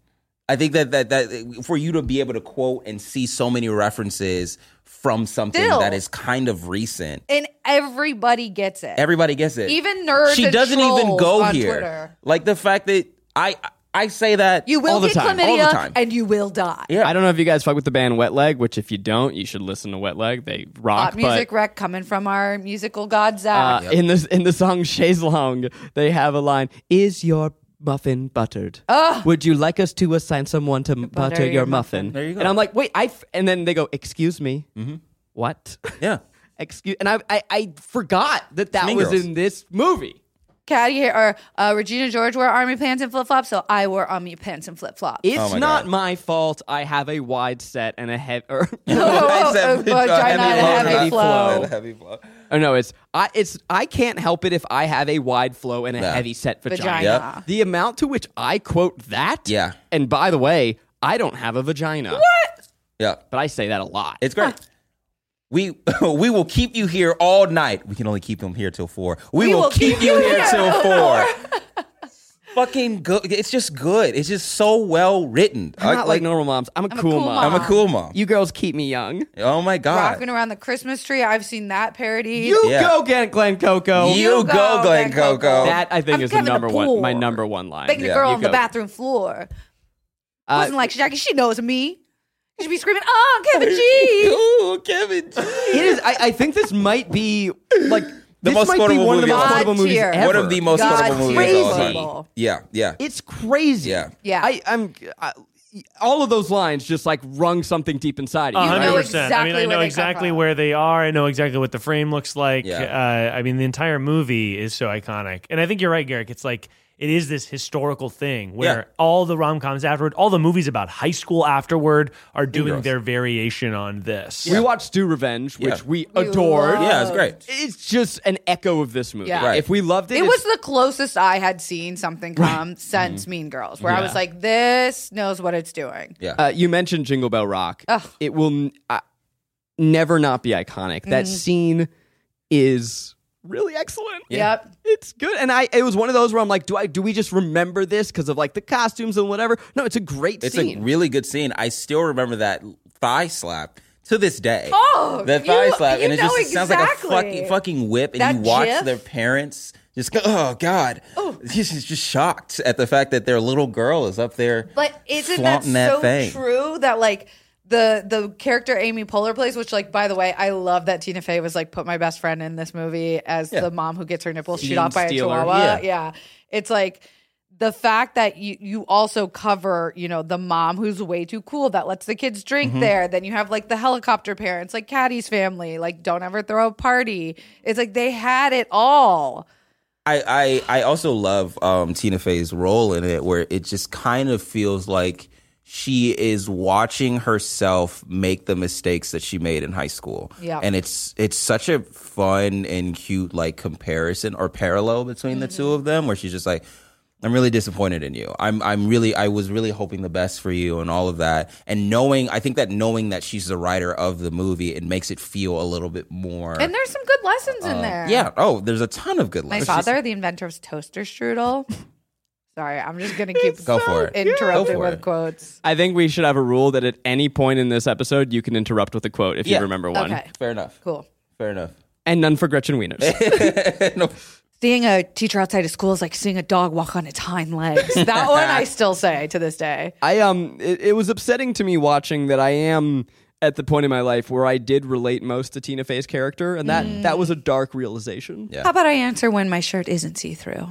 [SPEAKER 5] I think that that that for you to be able to quote and see so many references from something
[SPEAKER 4] Still.
[SPEAKER 5] that is kind of recent,
[SPEAKER 4] and everybody gets it.
[SPEAKER 5] everybody gets it.
[SPEAKER 4] Even nerds
[SPEAKER 5] She
[SPEAKER 4] and
[SPEAKER 5] doesn't even
[SPEAKER 4] trolls
[SPEAKER 5] go
[SPEAKER 4] on
[SPEAKER 5] here.
[SPEAKER 4] Twitter.
[SPEAKER 5] Like the fact that I I say that
[SPEAKER 4] you will
[SPEAKER 5] all the
[SPEAKER 4] get
[SPEAKER 5] time,
[SPEAKER 4] chlamydia
[SPEAKER 5] all the time.
[SPEAKER 4] and you will die.
[SPEAKER 5] Yeah.
[SPEAKER 3] I don't know if you guys fuck with the band Wet Leg, which if you don't, you should listen to Wet Leg. They rock.
[SPEAKER 4] Hot music
[SPEAKER 3] but,
[SPEAKER 4] rec coming from our musical god
[SPEAKER 3] uh,
[SPEAKER 4] Zach.
[SPEAKER 3] In this in the song Chaise Longue, they have a line: "Is your muffin buttered? Would you like us to assign someone to Ah! butter, your, muffin?"
[SPEAKER 5] There you go. Mm-hmm.
[SPEAKER 3] And I'm like, wait, I. F-, and then they go, "Excuse me, what?"
[SPEAKER 5] yeah,
[SPEAKER 3] Excuse, and I, I, I forgot that that
[SPEAKER 5] Mean
[SPEAKER 3] was
[SPEAKER 5] Girls. Oh
[SPEAKER 3] in this movie.
[SPEAKER 4] Caddy here or uh, Regina George wore army pants and flip flops, so I wore army pants and flip flops.
[SPEAKER 3] It's
[SPEAKER 5] my
[SPEAKER 3] not
[SPEAKER 5] God.
[SPEAKER 3] my fault. I have a wide set and a heavy. Or,
[SPEAKER 5] Except
[SPEAKER 4] Oh, vagina and
[SPEAKER 5] heavy flow,
[SPEAKER 4] heavy
[SPEAKER 5] not-
[SPEAKER 4] flow.
[SPEAKER 5] not heavy flow.
[SPEAKER 3] oh no, it's I. It's I can't help it if I have a wide flow and a
[SPEAKER 5] Yeah.
[SPEAKER 3] heavy set vagina.
[SPEAKER 4] Vagina.
[SPEAKER 5] Yep.
[SPEAKER 3] The amount to which I quote that.
[SPEAKER 5] Yeah.
[SPEAKER 3] And by the way, I don't have a vagina. What?
[SPEAKER 5] Yeah,
[SPEAKER 3] But I say that a lot.
[SPEAKER 5] it's great. We we will keep you here all night. We can only keep them here till four. We, will, keep, you here, till four. Fucking good. It's just good. It's just so well written.
[SPEAKER 3] I'm not like, normal moms. I'm a, cool,
[SPEAKER 4] cool
[SPEAKER 3] mom.
[SPEAKER 4] mom.
[SPEAKER 5] I'm a cool mom.
[SPEAKER 3] You girls keep me young.
[SPEAKER 5] oh my god.
[SPEAKER 4] Rocking around the Christmas tree. I've seen that parody.
[SPEAKER 3] You
[SPEAKER 5] Yeah.
[SPEAKER 3] go, Glen Glen Coco.
[SPEAKER 5] You,
[SPEAKER 4] You
[SPEAKER 5] go,
[SPEAKER 4] go,
[SPEAKER 5] Glenn
[SPEAKER 4] Glenn
[SPEAKER 5] Coco.
[SPEAKER 4] Coco.
[SPEAKER 3] That I think
[SPEAKER 4] I'm
[SPEAKER 3] is the
[SPEAKER 4] Kevin
[SPEAKER 3] number one. My
[SPEAKER 4] Kapoor.
[SPEAKER 3] number one line.
[SPEAKER 4] Bang the
[SPEAKER 5] Yeah,
[SPEAKER 4] girl
[SPEAKER 3] you
[SPEAKER 4] on the
[SPEAKER 3] go.
[SPEAKER 4] bathroom floor.
[SPEAKER 3] Uh,
[SPEAKER 4] Wasn't like Jackie. She knows me. She'd be screaming, "Oh, Kevin G!"
[SPEAKER 5] Ooh, Kevin.
[SPEAKER 3] It is. I, I think this might be like
[SPEAKER 5] The
[SPEAKER 3] this
[SPEAKER 5] most
[SPEAKER 3] might be
[SPEAKER 5] quotable
[SPEAKER 3] one of the
[SPEAKER 5] movie
[SPEAKER 3] most
[SPEAKER 5] of all
[SPEAKER 3] quotable
[SPEAKER 4] time.
[SPEAKER 3] movies
[SPEAKER 4] God
[SPEAKER 3] ever.
[SPEAKER 4] tier.
[SPEAKER 5] One of the most
[SPEAKER 4] God,
[SPEAKER 5] notable movies of all
[SPEAKER 4] crazy.
[SPEAKER 5] time. Yeah, yeah.
[SPEAKER 3] It's crazy.
[SPEAKER 5] Yeah.
[SPEAKER 4] Yeah.
[SPEAKER 3] I, I'm. I, all of those lines just like rung something deep inside of you.
[SPEAKER 4] You know
[SPEAKER 6] 100%. I
[SPEAKER 4] exactly where
[SPEAKER 6] mean, I
[SPEAKER 4] they
[SPEAKER 6] know
[SPEAKER 4] come
[SPEAKER 6] exactly
[SPEAKER 4] from.
[SPEAKER 6] where they are. I know exactly what the frame looks like.
[SPEAKER 5] Yeah.
[SPEAKER 6] Uh, I mean, the entire movie is so iconic. And I think you're right, Garrick. It's like, it is this historical thing where
[SPEAKER 5] Yeah.
[SPEAKER 6] all the rom coms afterward, all the movies about high school afterward are doing their variation on this.
[SPEAKER 3] We watched Do Revenge, which
[SPEAKER 5] Yeah.
[SPEAKER 3] we adored.
[SPEAKER 5] Yeah, it's great.
[SPEAKER 3] It's just an echo of this movie.
[SPEAKER 4] Yeah. Right.
[SPEAKER 3] If we loved it,
[SPEAKER 4] It was
[SPEAKER 3] it's-
[SPEAKER 4] the closest I had seen something come
[SPEAKER 3] Mm-hmm.
[SPEAKER 4] since Mean Girls, where I was like, "This knows what it's doing."
[SPEAKER 5] Yeah.
[SPEAKER 3] Uh, you mentioned Jingle Bell Rock. It will n- uh, never not be iconic.
[SPEAKER 4] Mm.
[SPEAKER 3] That scene is really excellent.
[SPEAKER 4] Yep.
[SPEAKER 3] It's good. And I it was one of those where I'm like, do I do we just remember this because of like the costumes and whatever? No, it's a great
[SPEAKER 5] It's
[SPEAKER 3] scene.
[SPEAKER 5] a really good scene. I still remember that thigh slap to this day.
[SPEAKER 4] Oh,
[SPEAKER 5] the
[SPEAKER 4] you-
[SPEAKER 5] thigh slap,
[SPEAKER 4] you
[SPEAKER 5] and it just
[SPEAKER 4] know
[SPEAKER 5] it sounds like a
[SPEAKER 4] exactly.
[SPEAKER 5] fucking fucking whip. And
[SPEAKER 4] That
[SPEAKER 5] you watch
[SPEAKER 4] gif?
[SPEAKER 5] their parents just go, oh god, this is just shocked at the fact that their little girl is up there.
[SPEAKER 4] But isn't that so
[SPEAKER 5] flaunting thing.
[SPEAKER 4] true that like the the character Amy Poehler plays, which like by the way, I love that Tina Fey was like put my best friend in this movie as the mom who gets her nipples shoot
[SPEAKER 3] Scene
[SPEAKER 4] off by
[SPEAKER 3] stealer.
[SPEAKER 4] a chihuahua.
[SPEAKER 5] Yeah.
[SPEAKER 4] Yeah. It's like the fact that you, you also cover, you know, the mom who's way too cool that lets the kids drink
[SPEAKER 5] Mm-hmm.
[SPEAKER 4] there. Then you have like the helicopter parents, like Caddy's family, like don't ever throw a party. It's like they had it all.
[SPEAKER 5] I, I, I also love um, Tina Fey's role in it, where it just kind of feels like she is watching herself make the mistakes that she made in high school.
[SPEAKER 4] Yeah.
[SPEAKER 5] and it's it's such a fun and cute like comparison or parallel between the
[SPEAKER 4] Mm-hmm.
[SPEAKER 5] two of them, where she's just like. I'm really disappointed in you. I'm I'm really I was really hoping the best for you and all of that. And knowing I think that knowing that she's the writer of the movie, it makes it feel a little bit more
[SPEAKER 4] And there's some good lessons in there.
[SPEAKER 5] Yeah. Oh, there's a ton of good
[SPEAKER 4] My
[SPEAKER 5] lessons.
[SPEAKER 4] father, the inventor of toaster strudel. Sorry, I'm just gonna keep
[SPEAKER 5] Go for it. Go
[SPEAKER 4] interrupted
[SPEAKER 5] for
[SPEAKER 4] with
[SPEAKER 5] it.
[SPEAKER 4] quotes.
[SPEAKER 3] I think we should have a rule that at any point in this episode, you can interrupt with a quote if
[SPEAKER 5] Yeah.
[SPEAKER 3] you remember one.
[SPEAKER 4] Okay,
[SPEAKER 5] Fair enough.
[SPEAKER 4] cool.
[SPEAKER 5] Fair enough.
[SPEAKER 3] And none for Gretchen Wieners.
[SPEAKER 5] No.
[SPEAKER 4] Seeing a teacher outside of school is like seeing a dog walk on its hind legs. That one I still say to this day.
[SPEAKER 3] I um, it, it was upsetting to me watching that I am at the point in my life where I did relate most to Tina Fey's character, and that that was a dark realization.
[SPEAKER 5] Yeah.
[SPEAKER 4] How about I answer when my shirt isn't see through?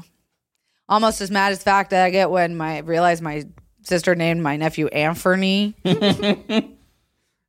[SPEAKER 4] Almost as mad as fact that I get when my realize my sister named my nephew Anthony.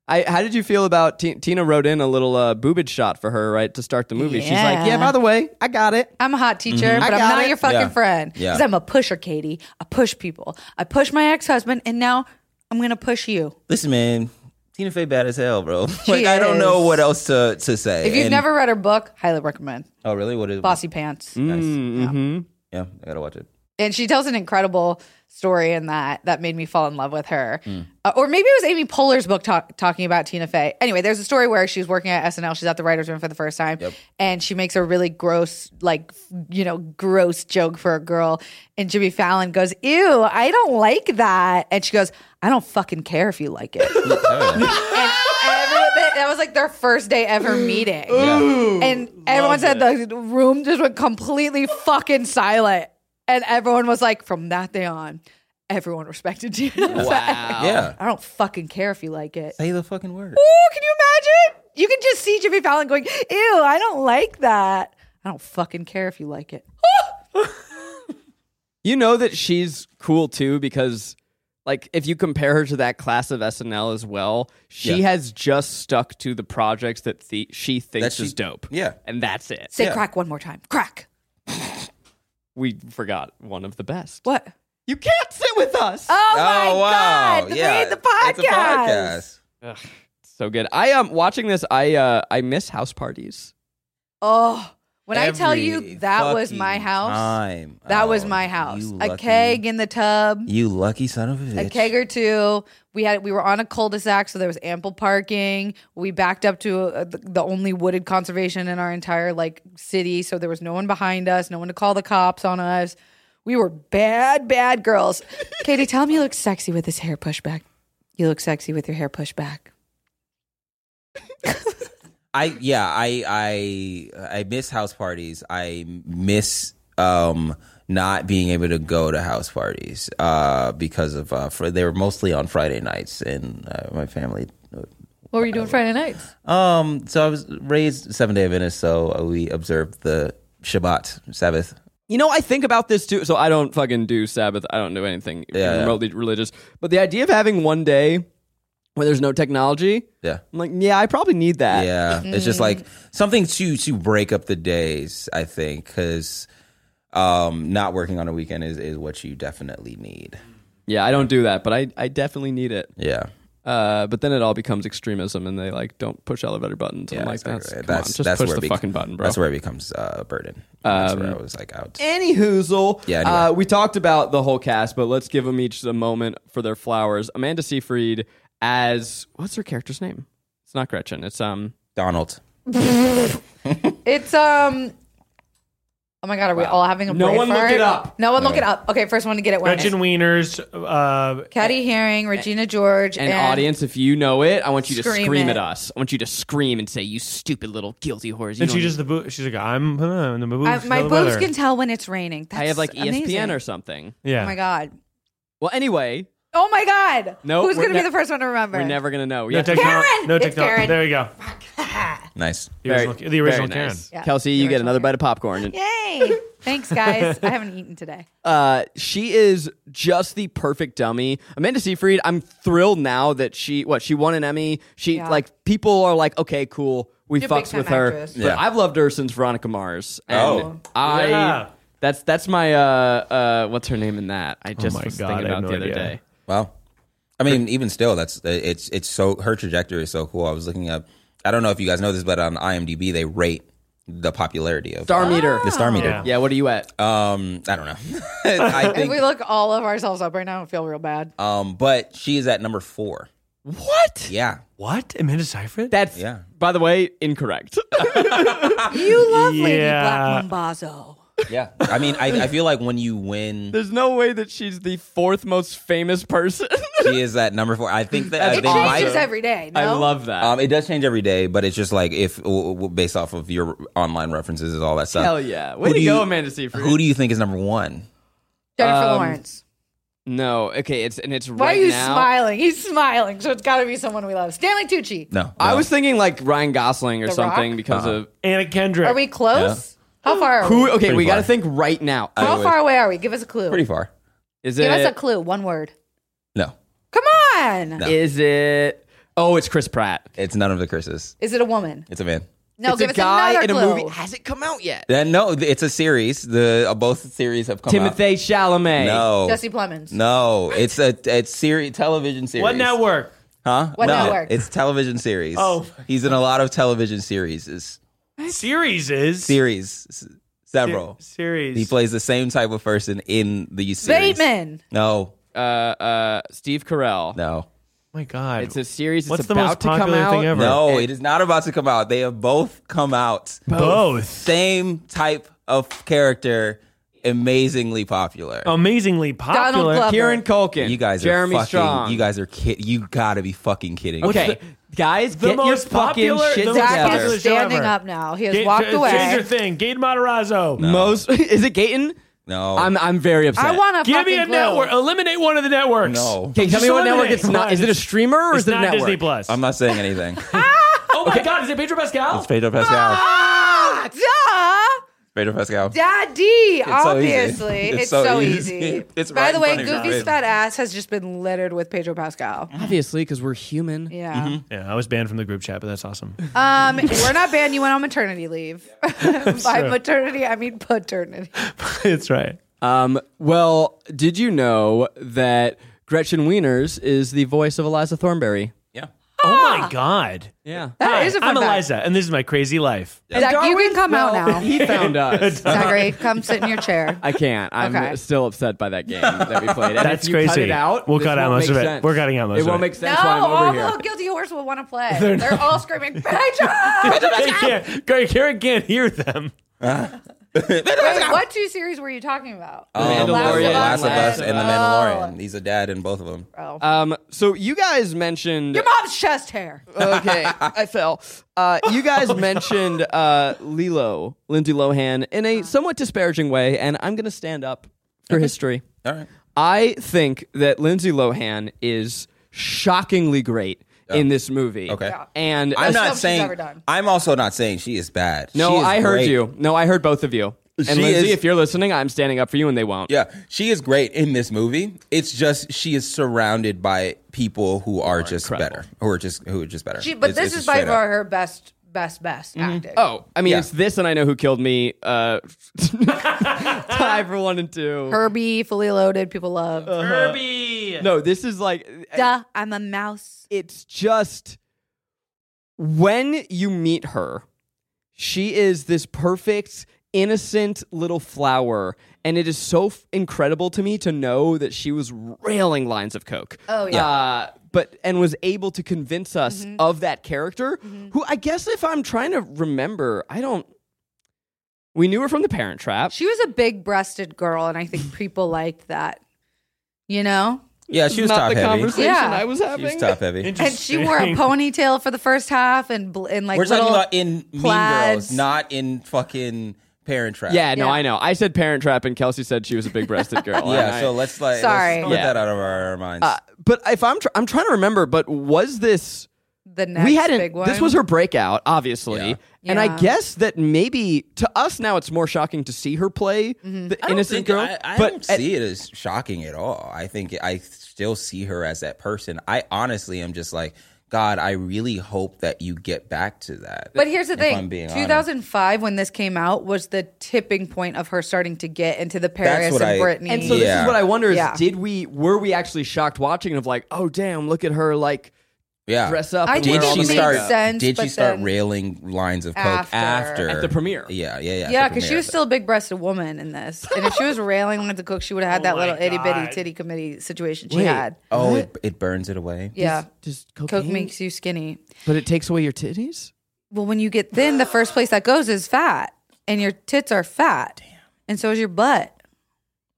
[SPEAKER 3] I how did you feel about T- Tina wrote in a little uh, boobage shot for her right to start the movie? She's like,
[SPEAKER 4] Yeah.
[SPEAKER 3] yeah. By the way, I got it.
[SPEAKER 4] I'm a hot teacher, but I'm
[SPEAKER 3] got
[SPEAKER 4] not
[SPEAKER 3] it.
[SPEAKER 4] your fucking
[SPEAKER 5] Yeah.
[SPEAKER 4] friend.
[SPEAKER 5] Yeah.
[SPEAKER 4] Because I'm a pusher, Katie. I push people. I push my ex husband, and now I'm gonna push you.
[SPEAKER 5] Listen, man, Tina Fey bad as hell, bro. like
[SPEAKER 4] She
[SPEAKER 5] I don't know
[SPEAKER 4] is.
[SPEAKER 5] what else to, to say.
[SPEAKER 4] If you've
[SPEAKER 5] And-
[SPEAKER 4] never read her book, highly recommend.
[SPEAKER 5] Oh really? What is
[SPEAKER 4] Bossy Pants.
[SPEAKER 5] Nice.
[SPEAKER 3] Mm-hmm.
[SPEAKER 5] Yeah, I gotta watch it.
[SPEAKER 4] and she tells an incredible story in that that made me fall in love with her.
[SPEAKER 5] Mm.
[SPEAKER 4] Uh, or maybe it was Amy Poehler's book talk, talking about Tina Fey. Anyway, there's a story where she's working at SNL. She's at the writers' room for the first time, and she makes a really gross, like you know, gross joke for a girl. And Jimmy Fallon goes, "Ew, I don't like that." And she goes, "I don't fucking care if you like it." and everyone, that that was like their first day ever meeting. And everyone said the room just went completely fucking silent. And everyone was like, from that day on, everyone respected you. Wow.
[SPEAKER 5] Yeah.
[SPEAKER 4] I don't fucking care if you like it.
[SPEAKER 5] Say the fucking word.
[SPEAKER 4] Oh. Ooh, can you imagine? You can just see Jimmy Fallon going, ew, I don't like that. I don't fucking care if you like it.
[SPEAKER 3] You know that she's cool too because, like, if you compare her to that class of SNL as well, she
[SPEAKER 5] Yeah.
[SPEAKER 3] has just stuck to the projects that the- she thinks
[SPEAKER 5] That she-
[SPEAKER 3] is dope.
[SPEAKER 5] yeah.
[SPEAKER 3] and that's it.
[SPEAKER 4] Say
[SPEAKER 5] Yeah.
[SPEAKER 4] crack one more time. Crack.
[SPEAKER 3] We forgot one of the best.
[SPEAKER 4] What?
[SPEAKER 3] You can't sit with us.
[SPEAKER 4] Oh, my God. The
[SPEAKER 5] Yeah.
[SPEAKER 4] Made the podcast.
[SPEAKER 5] It's a podcast.
[SPEAKER 3] So good. I am um, watching this. I uh, I miss house parties.
[SPEAKER 4] Oh, when I tell you
[SPEAKER 5] Every
[SPEAKER 4] that was my
[SPEAKER 5] fucking
[SPEAKER 4] house,
[SPEAKER 5] time.
[SPEAKER 4] that
[SPEAKER 5] Oh,
[SPEAKER 4] was my house.
[SPEAKER 5] you
[SPEAKER 4] A
[SPEAKER 5] lucky-
[SPEAKER 4] keg in the tub.
[SPEAKER 5] You lucky son of a bitch.
[SPEAKER 4] a keg or two. We had we were on a cul-de-sac, so there was ample parking. We backed up to uh, the, the only wooded conservation in our entire like city, so there was no one behind us, no one to call the cops on us. We were bad, bad girls. Katie, tell him you look sexy with this hair pushed back. You look sexy with your hair pushed back.
[SPEAKER 5] I yeah, I I I miss house parties. I miss um not being able to go to house parties uh because of uh fr- they were mostly on Friday nights and uh, my family
[SPEAKER 4] What were you doing Friday nights?
[SPEAKER 5] um so I was raised Seventh Day Adventist so we observed the Shabbat Sabbath.
[SPEAKER 3] You know, I think about this too. So I don't fucking do Sabbath. I don't do anything
[SPEAKER 5] Yeah, yeah.
[SPEAKER 3] remotely religious. But the idea of having one day where there's no technology,
[SPEAKER 5] Yeah.
[SPEAKER 3] I'm like, yeah, I probably need that.
[SPEAKER 5] Yeah, it's just like something to to break up the days. I think because um, not working on a weekend is is what you definitely need.
[SPEAKER 3] Yeah, I don't do that, but I, I definitely need it.
[SPEAKER 5] Yeah,
[SPEAKER 3] Uh, but then it all becomes extremism, and they like don't push elevator buttons. I'm
[SPEAKER 5] yeah,
[SPEAKER 3] like, that's,
[SPEAKER 5] exactly right.
[SPEAKER 3] come on, just push
[SPEAKER 5] where
[SPEAKER 3] the
[SPEAKER 5] it bec-
[SPEAKER 3] fucking button, bro. Um,
[SPEAKER 5] That's where it becomes uh, a burden. That's where I was like out.
[SPEAKER 3] Any hoozle.
[SPEAKER 5] Yeah, anyway.
[SPEAKER 3] uh, we talked about the whole cast, but let's give them each a moment for their flowers. Amanda Seyfried as what's her character's name? It's not Gretchen. It's um.
[SPEAKER 5] Donald.
[SPEAKER 4] It's um. Oh my god, are we all having a
[SPEAKER 3] No
[SPEAKER 4] brain
[SPEAKER 3] one look
[SPEAKER 4] fart?
[SPEAKER 3] it up.
[SPEAKER 4] No one look it up. Okay, first one to get it. wins.
[SPEAKER 6] Gretchen Wieners. Uh,
[SPEAKER 4] Caddy Herring, Regina George,
[SPEAKER 3] And audience, if you know it, I want you to
[SPEAKER 4] Scream
[SPEAKER 3] scream, at
[SPEAKER 4] it.
[SPEAKER 3] us. I want you to scream and say, "You stupid little guilty whores!" You
[SPEAKER 6] and
[SPEAKER 3] don't
[SPEAKER 6] she
[SPEAKER 3] need-
[SPEAKER 6] just the boo- she's like I'm uh, in the boobs.
[SPEAKER 4] I,
[SPEAKER 6] feel
[SPEAKER 4] my
[SPEAKER 6] the
[SPEAKER 4] boobs
[SPEAKER 6] weather.
[SPEAKER 4] can tell when it's raining. That's
[SPEAKER 3] I have like E ESPN
[SPEAKER 4] amazing.
[SPEAKER 3] or something.
[SPEAKER 6] Yeah.
[SPEAKER 4] Oh my god.
[SPEAKER 3] Well, anyway,
[SPEAKER 4] Oh my god.
[SPEAKER 3] No,
[SPEAKER 4] Who's
[SPEAKER 3] we're
[SPEAKER 4] gonna be
[SPEAKER 3] ne-
[SPEAKER 4] the first one to remember?
[SPEAKER 3] we're never gonna know.
[SPEAKER 6] No
[SPEAKER 3] Oh, Yeah.
[SPEAKER 6] technology.
[SPEAKER 4] Karen!
[SPEAKER 6] No
[SPEAKER 4] It's
[SPEAKER 6] technology.
[SPEAKER 4] Karen.
[SPEAKER 6] There you go.
[SPEAKER 5] Nice.
[SPEAKER 6] The original, the original
[SPEAKER 3] very nice.
[SPEAKER 6] can.
[SPEAKER 4] Yeah,
[SPEAKER 3] Kelsey,
[SPEAKER 4] the
[SPEAKER 3] you get
[SPEAKER 4] original
[SPEAKER 3] another
[SPEAKER 4] can.
[SPEAKER 3] bite of popcorn.
[SPEAKER 4] Yay! Thanks, guys. I haven't eaten today.
[SPEAKER 3] Uh, she is just the perfect dummy. Amanda Seyfried, I'm thrilled now that she what she won an Emmy. She
[SPEAKER 4] Yeah.
[SPEAKER 3] like people are like, okay, cool, we
[SPEAKER 4] She's a
[SPEAKER 3] fucks
[SPEAKER 4] big-time
[SPEAKER 3] with her.
[SPEAKER 4] actress.
[SPEAKER 3] But
[SPEAKER 5] Yeah.
[SPEAKER 3] I've loved her since Veronica Mars. And
[SPEAKER 5] Oh.
[SPEAKER 3] I
[SPEAKER 6] Yeah.
[SPEAKER 3] that's that's my uh uh what's her name in that? I just
[SPEAKER 6] Oh my
[SPEAKER 3] was
[SPEAKER 6] God,
[SPEAKER 3] thinking
[SPEAKER 6] I have
[SPEAKER 3] about
[SPEAKER 6] no
[SPEAKER 3] the other
[SPEAKER 6] idea.
[SPEAKER 3] day.
[SPEAKER 5] Wow. I mean, even still, that's it's it's so her trajectory is so cool. I was looking up. I don't know if you guys know this, but on IMDb they rate the popularity of
[SPEAKER 3] Star meter.
[SPEAKER 5] The star meter.
[SPEAKER 4] Ah.
[SPEAKER 6] Yeah.
[SPEAKER 3] Yeah, what are you at?
[SPEAKER 5] Um, I don't know. I
[SPEAKER 4] If we
[SPEAKER 5] think.
[SPEAKER 4] look all of ourselves up right now, I feel real bad.
[SPEAKER 5] Um, but she is at number four.
[SPEAKER 3] what?
[SPEAKER 5] Yeah.
[SPEAKER 6] What? Amanda Seyfried?
[SPEAKER 3] That's
[SPEAKER 5] Yeah.
[SPEAKER 3] by the way, incorrect.
[SPEAKER 4] You love Lady
[SPEAKER 6] Yeah.
[SPEAKER 4] Black Mambazo.
[SPEAKER 5] Yeah. I mean, I, I feel like when you win,
[SPEAKER 3] There's no way that she's the fourth most famous person.
[SPEAKER 5] she is at number four. I think that I
[SPEAKER 3] That's
[SPEAKER 5] think
[SPEAKER 4] It changes
[SPEAKER 3] awesome.
[SPEAKER 4] every day. No?
[SPEAKER 3] I love that.
[SPEAKER 5] Um, it does change every day, but it's just like if w- w- based off of your online references and all that stuff.
[SPEAKER 3] Hell yeah. Way
[SPEAKER 5] Who
[SPEAKER 3] to
[SPEAKER 5] do
[SPEAKER 3] go,
[SPEAKER 5] you-
[SPEAKER 3] Amanda Seyfried.
[SPEAKER 5] Who do you think is number one?
[SPEAKER 4] Jennifer
[SPEAKER 3] Um,
[SPEAKER 4] Lawrence.
[SPEAKER 3] No, okay, it's and it's
[SPEAKER 4] Why
[SPEAKER 3] right
[SPEAKER 4] are you
[SPEAKER 3] now.
[SPEAKER 4] smiling? He's smiling, so it's got to be someone we love. Stanley Tucci.
[SPEAKER 5] No, no. Uh-huh.
[SPEAKER 3] I was thinking like Ryan Gosling or
[SPEAKER 4] The
[SPEAKER 3] something
[SPEAKER 4] Rock?
[SPEAKER 3] because of
[SPEAKER 6] Anna Kendrick.
[SPEAKER 4] Are we close? How far are
[SPEAKER 3] who.
[SPEAKER 4] we?
[SPEAKER 3] Okay, we
[SPEAKER 5] Pretty
[SPEAKER 3] got to
[SPEAKER 5] far.
[SPEAKER 3] think right now.
[SPEAKER 4] How
[SPEAKER 5] would-
[SPEAKER 4] far away are we? Give us a clue.
[SPEAKER 5] pretty far.
[SPEAKER 3] Is
[SPEAKER 4] Give us a
[SPEAKER 3] it?
[SPEAKER 4] clue. One word.
[SPEAKER 5] No,
[SPEAKER 4] Come on.
[SPEAKER 3] Is it? Oh, it's Chris Pratt.
[SPEAKER 5] it's none of the curses.
[SPEAKER 4] Is it a woman?
[SPEAKER 5] It's a man.
[SPEAKER 4] No,
[SPEAKER 3] it's
[SPEAKER 4] give
[SPEAKER 3] a
[SPEAKER 4] us
[SPEAKER 3] guy
[SPEAKER 4] another
[SPEAKER 3] in a
[SPEAKER 4] clue.
[SPEAKER 3] movie. Has it come out yet?
[SPEAKER 5] Then no, th- it's a series. The uh, both series have come out.
[SPEAKER 3] Timothy Chalamet.
[SPEAKER 5] No,
[SPEAKER 4] Jesse Plemons.
[SPEAKER 5] no, it's a it's series television series.
[SPEAKER 6] What network?
[SPEAKER 5] Huh?
[SPEAKER 4] What
[SPEAKER 5] no,
[SPEAKER 4] network?
[SPEAKER 5] It's television series.
[SPEAKER 6] Oh.
[SPEAKER 5] he's in a lot of television series. Is
[SPEAKER 6] Series is
[SPEAKER 5] series s- several.
[SPEAKER 6] Series.
[SPEAKER 5] He plays the same type of person in the series.
[SPEAKER 4] Bateman.
[SPEAKER 5] No,
[SPEAKER 3] Uh, uh, Steve Carell.
[SPEAKER 5] no.
[SPEAKER 6] Oh my God.
[SPEAKER 3] It's a series.
[SPEAKER 6] What's
[SPEAKER 3] it's
[SPEAKER 6] the
[SPEAKER 3] about
[SPEAKER 6] most
[SPEAKER 3] to come
[SPEAKER 6] popular
[SPEAKER 3] out.
[SPEAKER 6] thing ever?
[SPEAKER 5] No, it is not about to come out. They have both come out.
[SPEAKER 6] Both.
[SPEAKER 5] Same type of character, amazingly popular.
[SPEAKER 6] Oh, Amazingly popular.
[SPEAKER 4] Glover.
[SPEAKER 3] Kieran Culkin.
[SPEAKER 5] you guys
[SPEAKER 3] Jeremy
[SPEAKER 5] are fucking.
[SPEAKER 3] Strong.
[SPEAKER 5] You guys are kid. You gotta be fucking kidding. me.
[SPEAKER 3] Okay, guys,
[SPEAKER 6] The
[SPEAKER 3] get your
[SPEAKER 6] most
[SPEAKER 3] fucking
[SPEAKER 6] popular-
[SPEAKER 3] shit
[SPEAKER 6] the most
[SPEAKER 3] together.
[SPEAKER 4] Zach
[SPEAKER 6] popular
[SPEAKER 4] is
[SPEAKER 6] show
[SPEAKER 4] standing
[SPEAKER 6] ever.
[SPEAKER 4] up now. He has
[SPEAKER 6] Ga-
[SPEAKER 4] walked
[SPEAKER 6] ch- Change your
[SPEAKER 4] away.
[SPEAKER 6] thing. Gabe Matarazzo.
[SPEAKER 3] Most is it Gayton?
[SPEAKER 5] No.
[SPEAKER 3] I'm I'm very upset.
[SPEAKER 4] I want a
[SPEAKER 6] Give
[SPEAKER 4] fucking
[SPEAKER 6] me a
[SPEAKER 4] clue.
[SPEAKER 6] network. Eliminate one of the networks.
[SPEAKER 5] No.
[SPEAKER 3] Okay, tell
[SPEAKER 6] Just
[SPEAKER 3] me what
[SPEAKER 6] eliminate
[SPEAKER 3] network it's not.
[SPEAKER 6] one.
[SPEAKER 3] Is it a streamer or
[SPEAKER 6] It's
[SPEAKER 3] is it a
[SPEAKER 6] not
[SPEAKER 3] network?
[SPEAKER 6] Disney Plus.
[SPEAKER 5] I'm not saying anything.
[SPEAKER 6] oh my God. Is it Pedro Pascal?
[SPEAKER 5] it's Pedro Pascal.
[SPEAKER 4] Ah, duh.
[SPEAKER 5] Pedro Pascal.
[SPEAKER 4] Daddy,
[SPEAKER 5] so easy.
[SPEAKER 4] obviously.
[SPEAKER 5] It's
[SPEAKER 4] It's,
[SPEAKER 5] so
[SPEAKER 4] so,
[SPEAKER 5] easy.
[SPEAKER 4] easy.
[SPEAKER 5] It's
[SPEAKER 4] By
[SPEAKER 5] right
[SPEAKER 4] the
[SPEAKER 5] in
[SPEAKER 4] way,
[SPEAKER 5] front of your
[SPEAKER 4] Goofy's
[SPEAKER 5] face.
[SPEAKER 4] fat ass has just been littered with Pedro Pascal.
[SPEAKER 3] Obviously, because we're human.
[SPEAKER 4] Yeah.
[SPEAKER 6] Yeah, I was banned from the group chat, but that's awesome.
[SPEAKER 4] Um, we're not banned. You went on maternity leave. By maternity, I mean paternity.
[SPEAKER 6] it's right.
[SPEAKER 3] Um, well, did you know that Gretchen Wieners is the voice of Eliza Thornberry?
[SPEAKER 5] Yeah.
[SPEAKER 6] Oh my God.
[SPEAKER 3] Yeah.
[SPEAKER 4] Ah. That is a fun
[SPEAKER 6] I'm
[SPEAKER 4] fact.
[SPEAKER 6] Eliza, and this is my crazy life.
[SPEAKER 4] Zach, you can come out now.
[SPEAKER 3] He found us.
[SPEAKER 4] Zachary, come sit in your chair.
[SPEAKER 3] I can't. I'm
[SPEAKER 4] Okay.
[SPEAKER 3] still upset by that game that we played. And
[SPEAKER 6] That's
[SPEAKER 3] if you cut
[SPEAKER 6] crazy.
[SPEAKER 3] it out,
[SPEAKER 6] We'll
[SPEAKER 3] this
[SPEAKER 6] cut out
[SPEAKER 3] won't
[SPEAKER 6] most
[SPEAKER 3] make
[SPEAKER 6] of it.
[SPEAKER 3] sense.
[SPEAKER 6] We're cutting out most
[SPEAKER 3] it
[SPEAKER 6] of
[SPEAKER 3] won't
[SPEAKER 6] it.
[SPEAKER 3] make sense
[SPEAKER 4] no,
[SPEAKER 3] why
[SPEAKER 4] all
[SPEAKER 3] I'm
[SPEAKER 4] the little
[SPEAKER 3] over here.
[SPEAKER 4] guilty horse will want to play. They're, all screaming, Pedro!
[SPEAKER 6] They can't. Gary Karen can't hear them.
[SPEAKER 4] Wait, what two series were you talking about?
[SPEAKER 3] The Mandalorian,
[SPEAKER 5] Last of Us, and The Mandalorian.
[SPEAKER 4] Oh.
[SPEAKER 5] He's a dad in both of them.
[SPEAKER 3] Um, so you guys mentioned
[SPEAKER 4] Your mom's chest hair.
[SPEAKER 3] okay, I fell. Uh, you guys
[SPEAKER 5] Oh,
[SPEAKER 3] mentioned uh, Lilo, Lindsay Lohan, in a somewhat disparaging way, and I'm going to stand up for history.
[SPEAKER 5] All right.
[SPEAKER 3] I think that Lindsay Lohan is shockingly great in this movie.
[SPEAKER 5] Okay. Yeah.
[SPEAKER 3] And
[SPEAKER 5] I'm
[SPEAKER 4] stuff
[SPEAKER 5] not
[SPEAKER 4] she's
[SPEAKER 5] saying.
[SPEAKER 4] ever done.
[SPEAKER 5] I'm also not saying she is bad. She
[SPEAKER 3] No,
[SPEAKER 5] is
[SPEAKER 3] I heard
[SPEAKER 5] great.
[SPEAKER 3] you. No, I heard both of you. And
[SPEAKER 5] She
[SPEAKER 3] Lindsay,
[SPEAKER 5] is-
[SPEAKER 3] if you're listening, I'm standing up for you, and they won't.
[SPEAKER 5] Yeah, she is great in this movie. It's just she is surrounded by people who are, just better, who are just who are just better.
[SPEAKER 4] She, but
[SPEAKER 5] It's-
[SPEAKER 4] this
[SPEAKER 5] it's
[SPEAKER 4] is
[SPEAKER 5] just
[SPEAKER 4] by
[SPEAKER 5] straight up.
[SPEAKER 4] far her best, best, best acting.
[SPEAKER 3] Oh, I mean,
[SPEAKER 5] Yeah.
[SPEAKER 3] it's this and I Know Who Killed Me. Uh, tie for one and two.
[SPEAKER 4] Herbie, fully loaded, people love.
[SPEAKER 6] Kirby.
[SPEAKER 3] no, this is like
[SPEAKER 4] Duh, I'm a mouse.
[SPEAKER 3] it's just when you meet her, she is this perfect, innocent little flower. And it is so f- incredible to me to know that she was railing lines of Coke.
[SPEAKER 4] Oh, yeah.
[SPEAKER 3] Uh, but and was able to convince us of that character, who I guess if I'm trying to remember, I don't. We knew her from The Parent Trap.
[SPEAKER 4] She was a big breasted girl, and I think people liked that. You know?
[SPEAKER 5] Yeah, she was
[SPEAKER 3] not
[SPEAKER 5] top
[SPEAKER 3] the
[SPEAKER 5] heavy.
[SPEAKER 3] conversation
[SPEAKER 4] Yeah.
[SPEAKER 3] I was
[SPEAKER 5] She
[SPEAKER 3] having.
[SPEAKER 5] was top heavy.
[SPEAKER 4] And she wore a ponytail for the first half and, bl- and like
[SPEAKER 5] We're
[SPEAKER 4] little
[SPEAKER 5] talking about in Mean
[SPEAKER 4] plaids.
[SPEAKER 5] Girls, not in fucking Parent Trap.
[SPEAKER 3] Yeah, no,
[SPEAKER 4] Yeah.
[SPEAKER 3] I know. I said Parent Trap, and Kelsey said she was a big-breasted girl. and
[SPEAKER 5] yeah.
[SPEAKER 3] I-
[SPEAKER 5] So let's like
[SPEAKER 4] Sorry. Uh,
[SPEAKER 5] let's put
[SPEAKER 3] Yeah.
[SPEAKER 5] that out of our minds.
[SPEAKER 3] but if I'm tr- I'm trying to remember, but was this
[SPEAKER 4] the next
[SPEAKER 3] we hadn't.
[SPEAKER 4] big one.
[SPEAKER 3] This was her breakout, obviously, and I
[SPEAKER 4] Yeah.
[SPEAKER 3] guess that maybe to us now it's more shocking to see her play
[SPEAKER 4] Mm-hmm.
[SPEAKER 3] the
[SPEAKER 5] I don't
[SPEAKER 3] innocent
[SPEAKER 5] think-
[SPEAKER 3] girl.
[SPEAKER 5] I, I
[SPEAKER 3] but
[SPEAKER 5] don't
[SPEAKER 3] at-
[SPEAKER 5] see it as shocking at all. I think I still see her as that person. I honestly am just like, God, I really hope that you get back to that.
[SPEAKER 4] But here's the
[SPEAKER 5] if
[SPEAKER 4] thing:
[SPEAKER 5] I'm being honest.
[SPEAKER 4] 2005, when this came out, was the tipping point of her starting to get into the Paris
[SPEAKER 5] what
[SPEAKER 4] and
[SPEAKER 5] I-
[SPEAKER 4] Brittany.
[SPEAKER 3] and so this
[SPEAKER 5] Yeah.
[SPEAKER 3] is what I wonder: is
[SPEAKER 4] Yeah.
[SPEAKER 3] did we were we actually shocked watching it of like, oh damn, look at her like
[SPEAKER 5] yeah.
[SPEAKER 3] dress up?
[SPEAKER 4] I
[SPEAKER 3] and wear
[SPEAKER 4] think
[SPEAKER 5] Did
[SPEAKER 3] all
[SPEAKER 4] it
[SPEAKER 5] she
[SPEAKER 3] the
[SPEAKER 4] made
[SPEAKER 5] start?
[SPEAKER 3] makeup?
[SPEAKER 4] sense,
[SPEAKER 5] did she
[SPEAKER 4] but
[SPEAKER 5] start
[SPEAKER 4] then-
[SPEAKER 5] railing lines of coke
[SPEAKER 4] After.
[SPEAKER 5] after,
[SPEAKER 3] At the premiere.
[SPEAKER 5] Yeah, yeah, yeah. at
[SPEAKER 4] yeah,
[SPEAKER 5] the
[SPEAKER 4] because she
[SPEAKER 5] premiere.
[SPEAKER 4] was still a big-breasted woman in this, and if she was railing on the cook, she would have had
[SPEAKER 6] Oh
[SPEAKER 4] that
[SPEAKER 6] my
[SPEAKER 4] little itty bitty
[SPEAKER 6] God.
[SPEAKER 4] titty committee situation she
[SPEAKER 3] Wait.
[SPEAKER 4] had.
[SPEAKER 5] Oh, it, it burns it away.
[SPEAKER 4] Yeah,
[SPEAKER 3] Just
[SPEAKER 4] coke
[SPEAKER 3] cocaine,
[SPEAKER 4] makes you skinny.
[SPEAKER 3] but it takes away your titties.
[SPEAKER 4] Well, when you get thin, the first place that goes is fat, and your tits are fat, and so is your butt.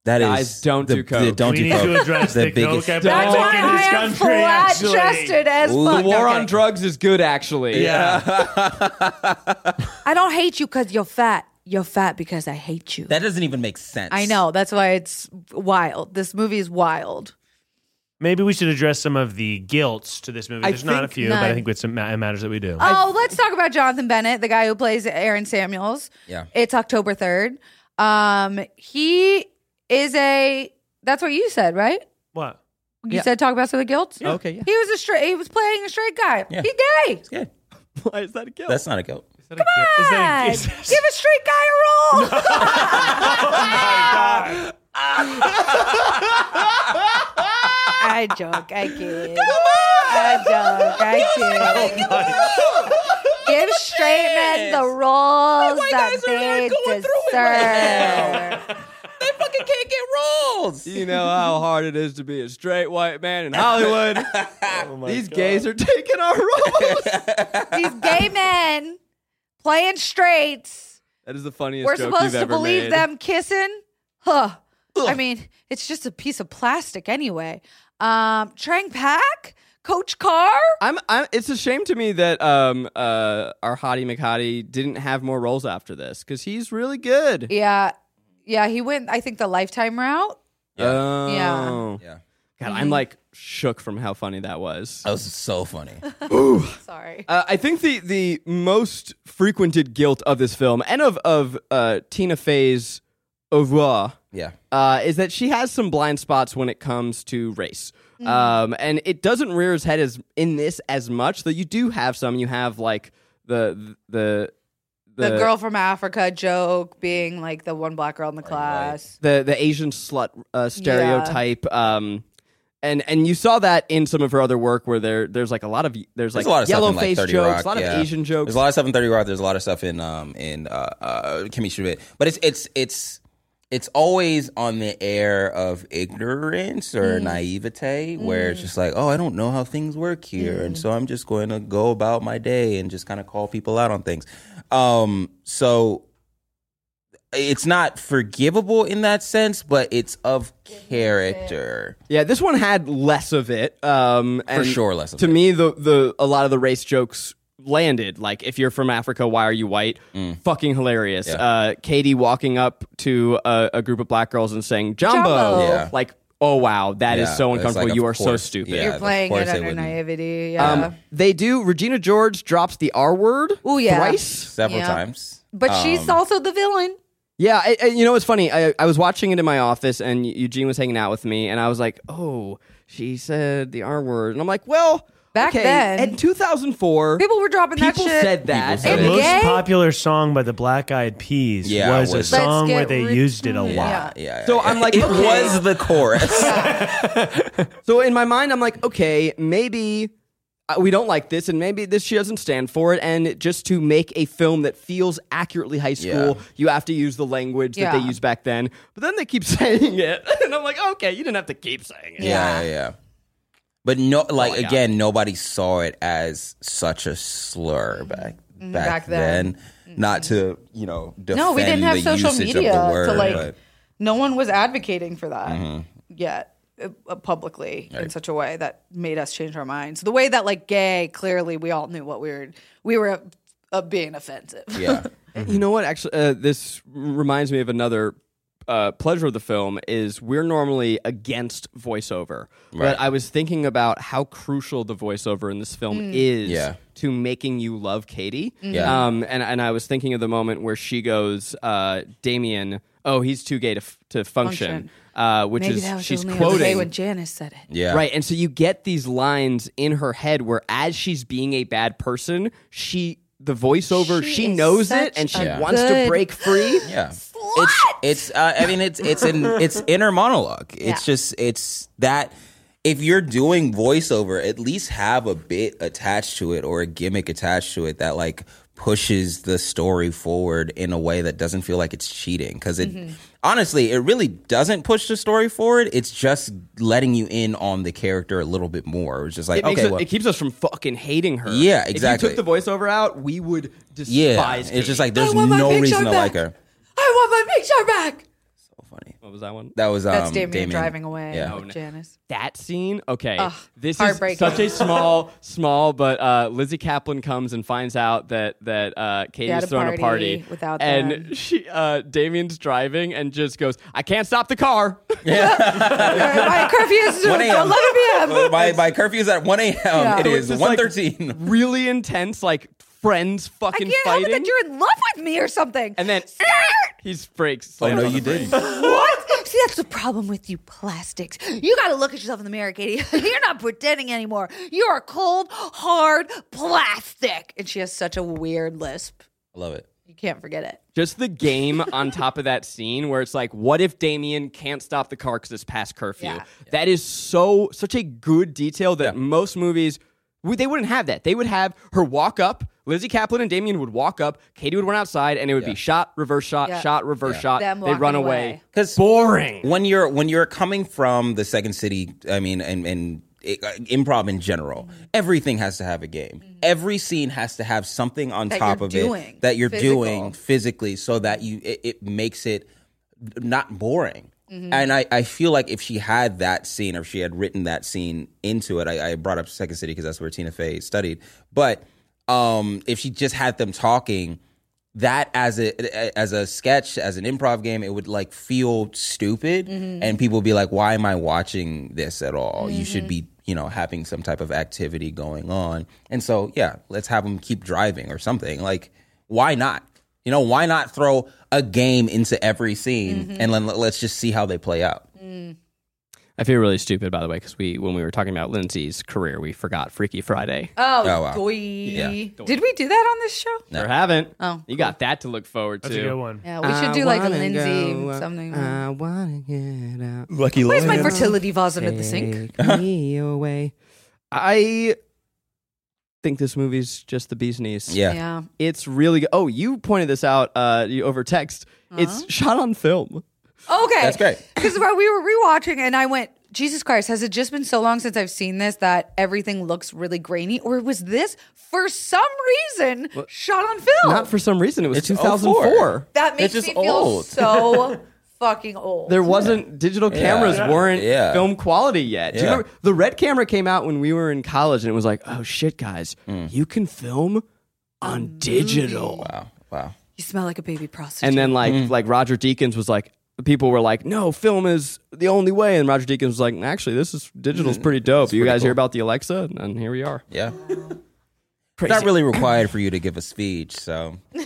[SPEAKER 5] That is
[SPEAKER 3] Guys, don't
[SPEAKER 5] the,
[SPEAKER 3] do coke.
[SPEAKER 5] the- don't
[SPEAKER 6] we
[SPEAKER 5] do
[SPEAKER 6] need
[SPEAKER 5] coke.
[SPEAKER 6] to address the,
[SPEAKER 5] the biggest.
[SPEAKER 6] coke
[SPEAKER 4] That's
[SPEAKER 6] epidemic
[SPEAKER 4] why
[SPEAKER 6] in this
[SPEAKER 4] I am
[SPEAKER 6] country. actually.
[SPEAKER 4] flat-chested as
[SPEAKER 5] Ooh,
[SPEAKER 4] fuck.
[SPEAKER 3] The war
[SPEAKER 4] No,
[SPEAKER 3] on
[SPEAKER 4] okay.
[SPEAKER 3] drugs is good, actually.
[SPEAKER 6] Yeah.
[SPEAKER 4] I don't hate you because you're fat. You're fat because I hate you.
[SPEAKER 5] That doesn't even make sense.
[SPEAKER 4] I know. That's why it's wild. This movie is wild.
[SPEAKER 6] Maybe we should address some of the guilts to this movie.
[SPEAKER 3] I
[SPEAKER 6] There's not a
[SPEAKER 3] think-
[SPEAKER 6] few, but I
[SPEAKER 4] None.
[SPEAKER 6] think it's, it ma- it matters that we do.
[SPEAKER 4] Oh, let's talk about Jonathan Bennett, the guy who plays Aaron Samuels.
[SPEAKER 5] Yeah.
[SPEAKER 4] It's October 3rd. Um, he is a, that's what you said, right?
[SPEAKER 6] What?
[SPEAKER 4] You said talk about some of the guilt?
[SPEAKER 3] Okay, yeah.
[SPEAKER 4] He was a straight, he was playing a straight guy.
[SPEAKER 5] Yeah.
[SPEAKER 4] He gay.
[SPEAKER 5] Yeah,
[SPEAKER 3] Why is that a guilt?
[SPEAKER 5] that's not a guilt.
[SPEAKER 6] Come on! Is that a,
[SPEAKER 4] Give
[SPEAKER 6] is that-
[SPEAKER 4] a straight guy a role. Oh I joke. I kid.
[SPEAKER 3] Ah!
[SPEAKER 4] I joke. I kid. Give straight men the roles that they deserve.
[SPEAKER 5] They fucking can't get rolls.
[SPEAKER 3] You know how hard it is to be a straight white man in Hollywood.
[SPEAKER 4] Oh
[SPEAKER 3] These gays are taking our roles.
[SPEAKER 4] These gay men playing straights.
[SPEAKER 3] that is the funniest
[SPEAKER 4] We're
[SPEAKER 3] joke
[SPEAKER 4] supposed
[SPEAKER 3] you've
[SPEAKER 4] to
[SPEAKER 3] ever
[SPEAKER 4] believe
[SPEAKER 3] made.
[SPEAKER 4] them kissing? Huh. I mean, it's just a piece of plastic anyway. Um, Trang Pak, Coach Carr.
[SPEAKER 3] I'm, I'm, it's a shame to me that um, uh, our Hottie McHottie didn't have more roles after this because he's really good.
[SPEAKER 4] Yeah. Yeah, he went, I think, the lifetime route.
[SPEAKER 3] Oh.
[SPEAKER 4] Yeah. Mm-hmm.
[SPEAKER 5] Yeah,
[SPEAKER 3] God, I'm like shook from how funny that was.
[SPEAKER 5] that was so funny.
[SPEAKER 4] Sorry.
[SPEAKER 3] Uh, I think the the most frequented guilt of this film and of of uh, Tina Fey's au revoir
[SPEAKER 5] Yeah,
[SPEAKER 3] uh, is that she has some blind spots when it comes to race.
[SPEAKER 4] Mm-hmm.
[SPEAKER 3] Um, and it doesn't rear its head as in this as much. Though you do have some. You have like the the
[SPEAKER 4] the, girl from Africa joke being like the one black girl in the class.
[SPEAKER 3] the the Asian slut uh, stereotype. Um, and and you saw that in some of her other work where there there's like a lot of there's,
[SPEAKER 5] there's
[SPEAKER 3] like
[SPEAKER 5] a lot of
[SPEAKER 3] yellow
[SPEAKER 5] stuff in like
[SPEAKER 3] face
[SPEAKER 5] 30
[SPEAKER 3] jokes,
[SPEAKER 5] Rock,
[SPEAKER 3] a lot
[SPEAKER 5] yeah.
[SPEAKER 3] of Asian jokes.
[SPEAKER 5] There's a lot of stuff in Thirty Rock. There's a lot of stuff in um in uh, uh Kimmy Schmidt. But it's it's it's it's always on the air of ignorance
[SPEAKER 3] Mm.
[SPEAKER 5] or naivete, where it's just like, oh, I don't know how things work here,
[SPEAKER 3] Mm.
[SPEAKER 5] and so I'm just going to go about my day and just kind of call people out on things. Um, so it's not forgivable in that sense, but it's of character.
[SPEAKER 3] Yeah, this one had less of it. Um, and
[SPEAKER 5] sure, less of
[SPEAKER 3] to
[SPEAKER 5] it.
[SPEAKER 3] me, the the a lot of the race jokes landed. Like, if you're from Africa, why are you white?
[SPEAKER 5] Mm.
[SPEAKER 3] Fucking hilarious. Uh, Katie walking up to a, a group of black girls and saying "Jumbo,",
[SPEAKER 4] Jumbo.
[SPEAKER 5] Yeah.
[SPEAKER 3] like, oh wow, that is
[SPEAKER 5] Yeah,
[SPEAKER 3] so
[SPEAKER 5] it's
[SPEAKER 3] uncomfortable.
[SPEAKER 5] like,
[SPEAKER 3] you
[SPEAKER 5] of
[SPEAKER 3] are so
[SPEAKER 5] course.
[SPEAKER 3] stupid.
[SPEAKER 5] Yeah,
[SPEAKER 4] You're
[SPEAKER 5] of
[SPEAKER 4] playing
[SPEAKER 5] course
[SPEAKER 4] it
[SPEAKER 5] they
[SPEAKER 4] under
[SPEAKER 5] wouldn't. Um,
[SPEAKER 4] naivety. Yeah.
[SPEAKER 3] They do. Regina George drops the R word.
[SPEAKER 4] Ooh, yeah.
[SPEAKER 3] Thrice.
[SPEAKER 5] Several
[SPEAKER 4] Yeah.
[SPEAKER 5] times,
[SPEAKER 4] but she's
[SPEAKER 5] um,
[SPEAKER 4] also the villain.
[SPEAKER 3] Yeah, I, I- you know it's funny. I, I was watching it in my office, and Eugene was hanging out with me, and I was like, "Oh, she said the R word," and I'm like, "Well,
[SPEAKER 4] Back
[SPEAKER 3] okay,
[SPEAKER 4] then-
[SPEAKER 3] in 2004,
[SPEAKER 4] People were dropping that
[SPEAKER 3] people
[SPEAKER 4] shit.
[SPEAKER 3] said that.
[SPEAKER 5] People
[SPEAKER 6] The
[SPEAKER 5] said
[SPEAKER 4] It's
[SPEAKER 6] most
[SPEAKER 4] gay?
[SPEAKER 6] popular song by the Black Eyed Peas
[SPEAKER 5] Yeah,
[SPEAKER 6] was,
[SPEAKER 5] it was-
[SPEAKER 6] a
[SPEAKER 5] Let's
[SPEAKER 6] song
[SPEAKER 4] get
[SPEAKER 6] where they
[SPEAKER 4] rid-
[SPEAKER 6] used it a lot.
[SPEAKER 4] Yeah.
[SPEAKER 5] yeah. yeah,
[SPEAKER 3] So
[SPEAKER 5] yeah.
[SPEAKER 3] I'm like,
[SPEAKER 5] it
[SPEAKER 3] okay.
[SPEAKER 5] was the chorus.
[SPEAKER 3] So in my mind, I'm like, okay, maybe uh, we don't like this, and maybe this she doesn't stand for it. And just to make a film that feels accurately high school,
[SPEAKER 5] Yeah.
[SPEAKER 3] you have to use the language that they
[SPEAKER 4] Yeah.
[SPEAKER 3] used back then. But then they keep saying it, and I'm like, okay, you didn't have to keep saying it.
[SPEAKER 5] Yeah, yeah. yeah. But
[SPEAKER 3] Oh,
[SPEAKER 5] no, like again, nobody saw it as such a slur back back,
[SPEAKER 4] Mm-hmm. back
[SPEAKER 5] then.
[SPEAKER 4] then. Mm-hmm.
[SPEAKER 5] Not to you know defend
[SPEAKER 4] No, we didn't have
[SPEAKER 5] the
[SPEAKER 4] social
[SPEAKER 5] usage
[SPEAKER 4] media
[SPEAKER 5] of the word,
[SPEAKER 4] to like.
[SPEAKER 5] but- Mm-hmm.
[SPEAKER 4] No one was advocating for that yet uh, uh, publicly in such a way that made us change our minds. The way that like gay, clearly we all knew what we were. We were uh, uh, being offensive.
[SPEAKER 5] yeah,
[SPEAKER 3] Mm-hmm. You know what? Actually, uh, this reminds me of another uh, pleasure of the film is we're normally against voiceover, but I was thinking about how crucial the voiceover in this
[SPEAKER 4] Mm.
[SPEAKER 3] film is
[SPEAKER 5] Yeah. Mm-hmm.
[SPEAKER 3] to making you love Katie.
[SPEAKER 5] Yeah.
[SPEAKER 3] Um, and and I was thinking of the moment where she goes, uh, Damien, oh, he's too gay to f- to function,
[SPEAKER 4] Function.
[SPEAKER 3] Uh, which
[SPEAKER 4] Maybe
[SPEAKER 3] is
[SPEAKER 4] that was
[SPEAKER 3] she's
[SPEAKER 4] only
[SPEAKER 3] quoting
[SPEAKER 4] the day when Janice said it.
[SPEAKER 5] Yeah.
[SPEAKER 3] Right. And so you get these lines in her head where as she's being a bad person, she the voiceover, she,
[SPEAKER 4] She is
[SPEAKER 3] knows it
[SPEAKER 4] such
[SPEAKER 3] and she
[SPEAKER 4] a
[SPEAKER 3] wants to
[SPEAKER 4] good-
[SPEAKER 3] break free.
[SPEAKER 5] Yeah. It's it's uh, I mean it's it's an it's inner monologue. It's just it's that if you're doing voiceover, at least have a bit attached to it or a gimmick attached to it that like pushes the story forward in a way that doesn't feel like it's cheating cuz it
[SPEAKER 4] Mm-hmm.
[SPEAKER 5] honestly it really doesn't push the story forward. It's just letting you in on the character a little bit more. It's just like
[SPEAKER 3] It, makes
[SPEAKER 5] okay,
[SPEAKER 3] it,
[SPEAKER 5] well,
[SPEAKER 3] it keeps us from fucking hating her.
[SPEAKER 5] Yeah,
[SPEAKER 3] If
[SPEAKER 5] exactly.
[SPEAKER 3] you took the voiceover out, we would despise
[SPEAKER 5] yeah,
[SPEAKER 3] Katie.
[SPEAKER 5] it's just like there's
[SPEAKER 4] I want my
[SPEAKER 5] no
[SPEAKER 4] picture
[SPEAKER 5] reason to
[SPEAKER 4] back.
[SPEAKER 5] like her. Oh,
[SPEAKER 4] I want my picture back.
[SPEAKER 5] Funny.
[SPEAKER 3] what was that one?
[SPEAKER 5] That was um,
[SPEAKER 4] That's Damien,
[SPEAKER 5] Damien.
[SPEAKER 4] driving away
[SPEAKER 5] Yeah.
[SPEAKER 4] with Janice.
[SPEAKER 3] That scene, okay. this is
[SPEAKER 4] heartbreaking.
[SPEAKER 3] such a small, small, but uh, Lizzie Kaplan comes and finds out that that uh, Katie
[SPEAKER 4] had
[SPEAKER 3] is
[SPEAKER 4] a
[SPEAKER 3] throwing a
[SPEAKER 4] party
[SPEAKER 3] party
[SPEAKER 4] without
[SPEAKER 3] and
[SPEAKER 4] them.
[SPEAKER 3] she, uh, Damien's driving and just goes, "I can't stop the car."
[SPEAKER 4] my curfew is
[SPEAKER 5] 1 a.m.
[SPEAKER 4] 11 p.m.
[SPEAKER 5] my, my curfew is at 1 a.m. It is
[SPEAKER 3] just like-
[SPEAKER 5] 1.13.
[SPEAKER 3] really intense, like friends
[SPEAKER 4] I
[SPEAKER 3] fucking
[SPEAKER 4] can't help
[SPEAKER 3] fighting.
[SPEAKER 4] it that you're in love with me or something.
[SPEAKER 3] and then he's breaks.
[SPEAKER 5] oh, no, you didn't.
[SPEAKER 4] what? See, that's the problem with you plastics. You got to look at yourself in the mirror, Katie. You're not pretending anymore. You are cold, hard plastic. And she has such a weird lisp.
[SPEAKER 5] I love it.
[SPEAKER 4] You can't forget it.
[SPEAKER 3] Just the game on top of that scene where it's like, what if Damien can't stop the car because it's past curfew?
[SPEAKER 4] Yeah.
[SPEAKER 3] That is so such a good detail that most movies we- they wouldn't have that. They would have her walk up. Lizzie Kaplan and Damien would walk up. Katie would run outside, and it would be shot, reverse shot,
[SPEAKER 4] Yeah.
[SPEAKER 3] shot, reverse shot.
[SPEAKER 4] Them
[SPEAKER 3] they run
[SPEAKER 4] walking
[SPEAKER 3] away.
[SPEAKER 4] away.
[SPEAKER 5] Because
[SPEAKER 6] Boring.
[SPEAKER 5] when you're when you're coming from the second city, I mean, and and i- uh, improv in general, everything has to have a game. Every scene has to have something on
[SPEAKER 4] Mm-hmm. That
[SPEAKER 5] top
[SPEAKER 4] you're
[SPEAKER 5] of
[SPEAKER 4] doing.
[SPEAKER 5] it that you're
[SPEAKER 4] Physical.
[SPEAKER 5] doing physically, so that you it, it makes it not boring. And I, I feel like if she had that scene or if she had written that scene into it, I, I brought up Second City because that's where Tina Fey studied. But um, if she just had them talking, that as a as a sketch as an improv game it would like feel stupid and people would be like why am i watching this at all you should be you know having some type of activity going on and so yeah let's have them keep driving or something like why not you know why not throw a game into every scene and then let- let's just see how they play out
[SPEAKER 3] I feel really stupid, by the way, because we when we were talking about Lindsay's career, we forgot Freaky Friday.
[SPEAKER 4] Oh,
[SPEAKER 5] Oh, wow.
[SPEAKER 4] doy.
[SPEAKER 5] Yeah.
[SPEAKER 4] Did we do that on this show?
[SPEAKER 3] Or haven't.
[SPEAKER 4] Oh,
[SPEAKER 3] you got that to look forward
[SPEAKER 6] That's
[SPEAKER 3] to.
[SPEAKER 6] a good one.
[SPEAKER 4] Yeah, we should do like a Lindsay something.
[SPEAKER 5] lucky
[SPEAKER 4] Where's my fertility vase under the sink?
[SPEAKER 3] me away. I think this movie's just the bee's knees.
[SPEAKER 5] yeah,
[SPEAKER 4] Yeah.
[SPEAKER 3] It's really good. Oh, you pointed this out uh, you- over text. It's shot on film.
[SPEAKER 4] Okay.
[SPEAKER 5] That's great.
[SPEAKER 4] Because while we were rewatching and I went, Jesus Christ, has it just been so long since I've seen this that everything looks really grainy? Or was this, for some reason, shot on film?
[SPEAKER 3] Not for some reason. It was
[SPEAKER 5] It's
[SPEAKER 3] 2004.
[SPEAKER 5] 04.
[SPEAKER 4] that
[SPEAKER 5] It's
[SPEAKER 4] makes
[SPEAKER 5] just
[SPEAKER 4] me feel
[SPEAKER 5] old.
[SPEAKER 4] so fucking old.
[SPEAKER 3] There wasn't digital cameras weren't
[SPEAKER 5] Yeah.
[SPEAKER 3] film quality yet. Do you
[SPEAKER 5] Yeah.
[SPEAKER 3] remember, the red camera came out when we were in college, and it was like, oh shit, guys,
[SPEAKER 5] Mm.
[SPEAKER 3] you can film on digital.
[SPEAKER 5] wow wow
[SPEAKER 4] you smell like a baby prostitute.
[SPEAKER 3] And then like
[SPEAKER 5] Mm.
[SPEAKER 3] like Roger Deakins was like people were like, "No, film is the only way." And Roger Deakins was like, "Actually, this is
[SPEAKER 5] Mm.
[SPEAKER 3] digital's pretty dope. You guys hear about the Alexa?" And here we are.
[SPEAKER 5] yeah not really required for you to give a speech so so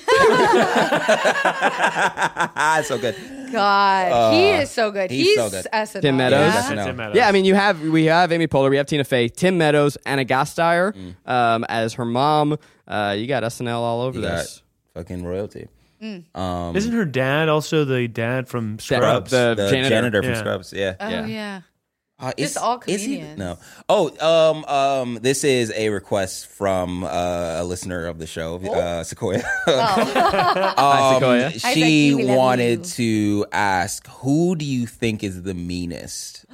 [SPEAKER 5] good
[SPEAKER 4] God, he is so good.
[SPEAKER 5] uh, he's
[SPEAKER 4] He's,
[SPEAKER 5] so good.
[SPEAKER 4] SNL.
[SPEAKER 3] Tim Meadows.
[SPEAKER 4] Yeah.
[SPEAKER 5] No.
[SPEAKER 6] Tim Meadows.
[SPEAKER 3] Yeah, I mean, you have we have Amy Poehler, we have Tina Fey, Tim Meadows, Anna Gasteyer um, as her mom. Uh, you got SNL all over
[SPEAKER 5] Mm. You got
[SPEAKER 3] this.
[SPEAKER 5] fucking royalty.
[SPEAKER 6] Isn't her dad also the dad from Scrubs?
[SPEAKER 3] the
[SPEAKER 5] the
[SPEAKER 3] janitor.
[SPEAKER 5] janitor, from
[SPEAKER 6] Yeah.
[SPEAKER 5] Scrubs. Yeah.
[SPEAKER 4] Oh,
[SPEAKER 3] Yeah.
[SPEAKER 4] yeah.
[SPEAKER 5] Uh,
[SPEAKER 4] Just all
[SPEAKER 5] is he-
[SPEAKER 4] comedians.
[SPEAKER 5] no. Oh, um, um, this is a request from uh, a listener of the show,
[SPEAKER 4] Oh.
[SPEAKER 5] uh, Sequoia.
[SPEAKER 3] Hi, Sequoia.
[SPEAKER 4] like
[SPEAKER 5] she
[SPEAKER 4] you, we love
[SPEAKER 5] wanted to ask, who do you think is the meanest?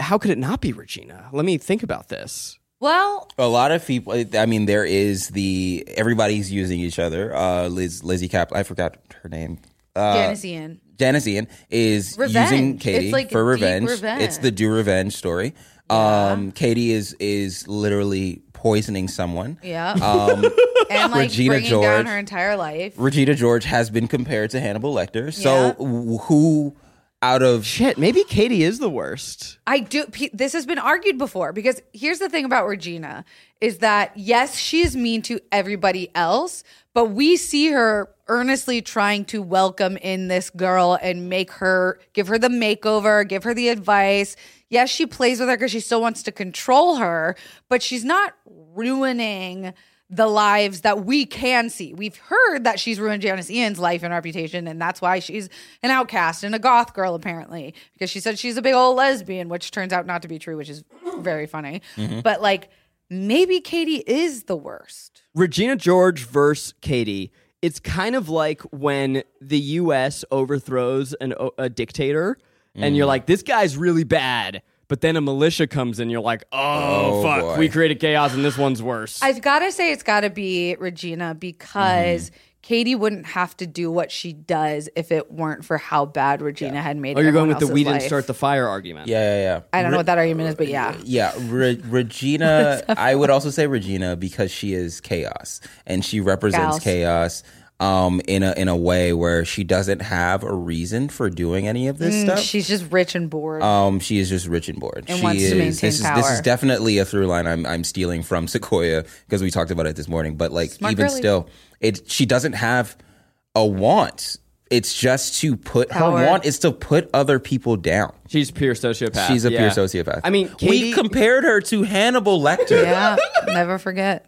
[SPEAKER 3] How could it not be Regina? Let me think about this.
[SPEAKER 4] Well,
[SPEAKER 5] A lot of people. I mean, there is the everybody's using each other. Uh, Liz, Lizzie Cap. I forgot her name. Uh,
[SPEAKER 4] Janice Ian.
[SPEAKER 5] Janice Ian is
[SPEAKER 4] Revenge.
[SPEAKER 5] using Katie
[SPEAKER 4] It's like
[SPEAKER 5] for
[SPEAKER 4] deep
[SPEAKER 5] revenge.
[SPEAKER 4] revenge.
[SPEAKER 5] It's the do revenge story. Um, Katie is is literally poisoning someone.
[SPEAKER 4] Yeah.
[SPEAKER 5] Um,
[SPEAKER 4] and like
[SPEAKER 5] Regina
[SPEAKER 4] bringing down
[SPEAKER 5] George.
[SPEAKER 4] her entire life.
[SPEAKER 5] Regina George has been compared to Hannibal Lecter.
[SPEAKER 4] Yeah.
[SPEAKER 5] So w- who out of
[SPEAKER 3] Shit, maybe Katie is the worst.
[SPEAKER 4] I do. P- this has been argued before because here's the thing about Regina is that yes, she is mean to everybody else, but we see her earnestly trying to welcome in this girl and make her give her the makeover, give her the advice. Yes, she plays with her because she still wants to control her, but she's not ruining the lives that we can see. We've heard that she's ruined Janice Ian's life and reputation, and that's why she's an outcast and a goth girl, apparently, because she said she's a big old lesbian, which turns out not to be true, which is very funny.
[SPEAKER 3] Mm-hmm.
[SPEAKER 4] But like, maybe Katie is the worst.
[SPEAKER 3] Regina George versus Katie. It's kind of like when the U.S. overthrows an, a dictator, and
[SPEAKER 5] Mm.
[SPEAKER 3] you're like, "This guy's really bad," but then a militia comes in, you're like, "Oh,
[SPEAKER 5] Oh,
[SPEAKER 3] fuck,
[SPEAKER 5] boy.
[SPEAKER 3] we created chaos, and this one's worse."
[SPEAKER 4] I've got to say, it's got to be Regina because.
[SPEAKER 3] Mm-hmm.
[SPEAKER 4] Katie wouldn't have to do what she does if it weren't for how bad Regina had made.
[SPEAKER 3] oh, you're going with the
[SPEAKER 4] everyone
[SPEAKER 3] "we
[SPEAKER 4] else's
[SPEAKER 3] didn't start
[SPEAKER 4] life.
[SPEAKER 3] the Uh, fire" argument.
[SPEAKER 5] yeah yeah yeah.
[SPEAKER 4] I don't know what that argument is, but yeah.
[SPEAKER 5] Yeah, Re- Regina. I would also say Regina because she is chaos and she represents
[SPEAKER 4] Gals.
[SPEAKER 5] chaos um, in a in a way where she doesn't have a reason for doing any of this stuff.
[SPEAKER 4] She's just rich and
[SPEAKER 3] Uh,
[SPEAKER 4] bored.
[SPEAKER 5] um, she is just rich and bored.
[SPEAKER 4] And
[SPEAKER 5] she
[SPEAKER 4] wants to
[SPEAKER 5] is.
[SPEAKER 4] maintain
[SPEAKER 5] this is this
[SPEAKER 4] power.
[SPEAKER 5] is definitely a through line. I'm I'm stealing from Sequoia because we talked about it this morning. But like
[SPEAKER 4] Smart
[SPEAKER 5] even
[SPEAKER 4] girly.
[SPEAKER 5] still, it she doesn't have a want. It's just to put
[SPEAKER 4] Power.
[SPEAKER 5] her want is to put other people down.
[SPEAKER 3] She's pure sociopath.
[SPEAKER 5] She's a
[SPEAKER 3] yeah.
[SPEAKER 5] pure sociopath.
[SPEAKER 3] I mean, Katie,
[SPEAKER 5] we compared her to Hannibal Lecter.
[SPEAKER 4] yeah, never forget.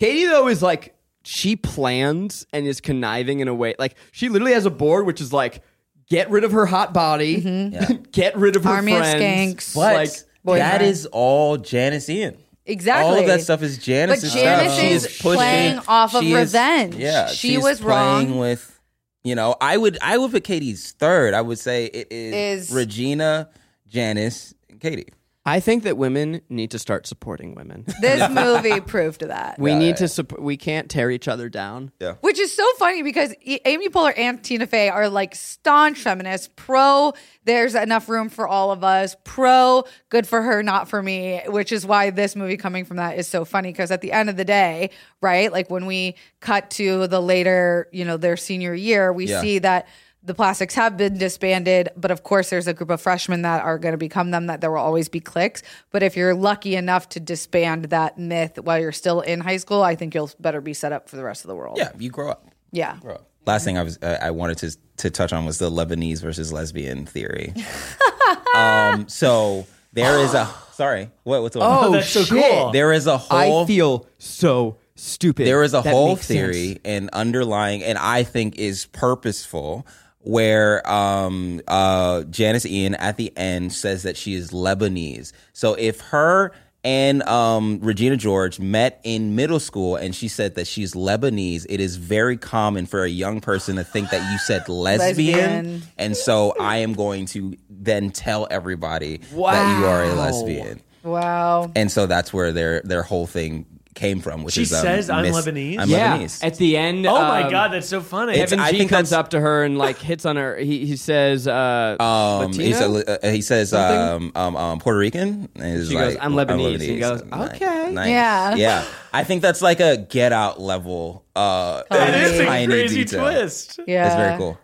[SPEAKER 3] Katie though is like she plans and is conniving in a way like she literally has a board which is like get rid of her hot body, get rid Mm-hmm. of her
[SPEAKER 4] Army of
[SPEAKER 3] friends,
[SPEAKER 4] skanks.
[SPEAKER 5] But
[SPEAKER 3] like
[SPEAKER 5] that
[SPEAKER 4] boyfriend.
[SPEAKER 5] is all Janice Ian.
[SPEAKER 4] Exactly.
[SPEAKER 5] All of that stuff is Janice's
[SPEAKER 4] But
[SPEAKER 5] stuff.
[SPEAKER 4] Janice
[SPEAKER 5] She
[SPEAKER 4] is playing off of
[SPEAKER 5] she is-
[SPEAKER 4] revenge.
[SPEAKER 5] Yeah,
[SPEAKER 4] She
[SPEAKER 5] she's
[SPEAKER 4] was
[SPEAKER 5] playing
[SPEAKER 4] wrong.
[SPEAKER 5] With you know, I would I would put Katie's third. I would say it is,
[SPEAKER 4] Is-
[SPEAKER 5] Regina, Janice, and Katie.
[SPEAKER 3] I think that women need to start supporting women.
[SPEAKER 4] This movie proved that.
[SPEAKER 3] We need to support. We can't tear each other down.
[SPEAKER 4] Which is so funny because E- Amy Poehler and Tina Fey are like staunch feminists, pro there's enough room for all of us, pro good for her, not for me, which is why this movie coming from that is so funny because at the end of the day, right? Like when we cut to the later, you know, their senior year, we
[SPEAKER 5] Yeah.
[SPEAKER 4] see that the plastics have been disbanded, but of course, there's a group of freshmen that are going to become them. That there will always be cliques. But if you're lucky enough to disband that myth while you're still in high school, I think you'll better be set up for the rest of the world.
[SPEAKER 5] Yeah, you grow up.
[SPEAKER 4] yeah.
[SPEAKER 5] Grow up. Last thing I was uh, I wanted to to touch on was the Lebanese versus lesbian theory. um, so there is a sorry. What what's going
[SPEAKER 4] Oh,
[SPEAKER 5] on?
[SPEAKER 6] that's so cool.
[SPEAKER 5] There is a whole
[SPEAKER 3] I feel so stupid.
[SPEAKER 5] There is a
[SPEAKER 3] That
[SPEAKER 5] whole
[SPEAKER 3] makes
[SPEAKER 5] theory
[SPEAKER 3] sense.
[SPEAKER 5] and underlying, and I think is purposeful, where um, uh, Janice Ian at the end says that she is Lebanese. So if her and um, Regina George met in middle school and she said that she's Lebanese, it is very common for a young person to think that you said lesbian.
[SPEAKER 4] Lesbian.
[SPEAKER 5] And so I am going to then tell everybody that you are a
[SPEAKER 3] Wow.
[SPEAKER 5] lesbian
[SPEAKER 4] Wow.
[SPEAKER 5] and so that's where their their whole thing came from. Which
[SPEAKER 6] She
[SPEAKER 5] is, um,
[SPEAKER 6] says, "I'm Lebanese?"
[SPEAKER 5] I'm
[SPEAKER 3] Yeah,
[SPEAKER 5] Lebanese.
[SPEAKER 3] at the end.
[SPEAKER 6] Oh my
[SPEAKER 3] um,
[SPEAKER 6] god, that's so funny.
[SPEAKER 5] It's-
[SPEAKER 3] Kevin
[SPEAKER 5] I
[SPEAKER 3] G
[SPEAKER 5] think
[SPEAKER 3] comes
[SPEAKER 5] that's-
[SPEAKER 3] up to her and like hits on her. He, he says, uh,
[SPEAKER 5] Um, he,
[SPEAKER 3] Latina?
[SPEAKER 5] said, uh, he says um, um, um, Puerto Rican. And he's
[SPEAKER 3] She goes,
[SPEAKER 5] like,
[SPEAKER 3] "I'm Lebanese." And he goes,
[SPEAKER 5] Nice,
[SPEAKER 3] "Okay."
[SPEAKER 5] nice.
[SPEAKER 4] Yeah.
[SPEAKER 5] yeah. I think that's like a Get Out level. Uh,
[SPEAKER 6] that is a
[SPEAKER 5] tiny
[SPEAKER 6] crazy
[SPEAKER 5] detail.
[SPEAKER 6] twist.
[SPEAKER 4] Yeah.
[SPEAKER 5] It's very cool.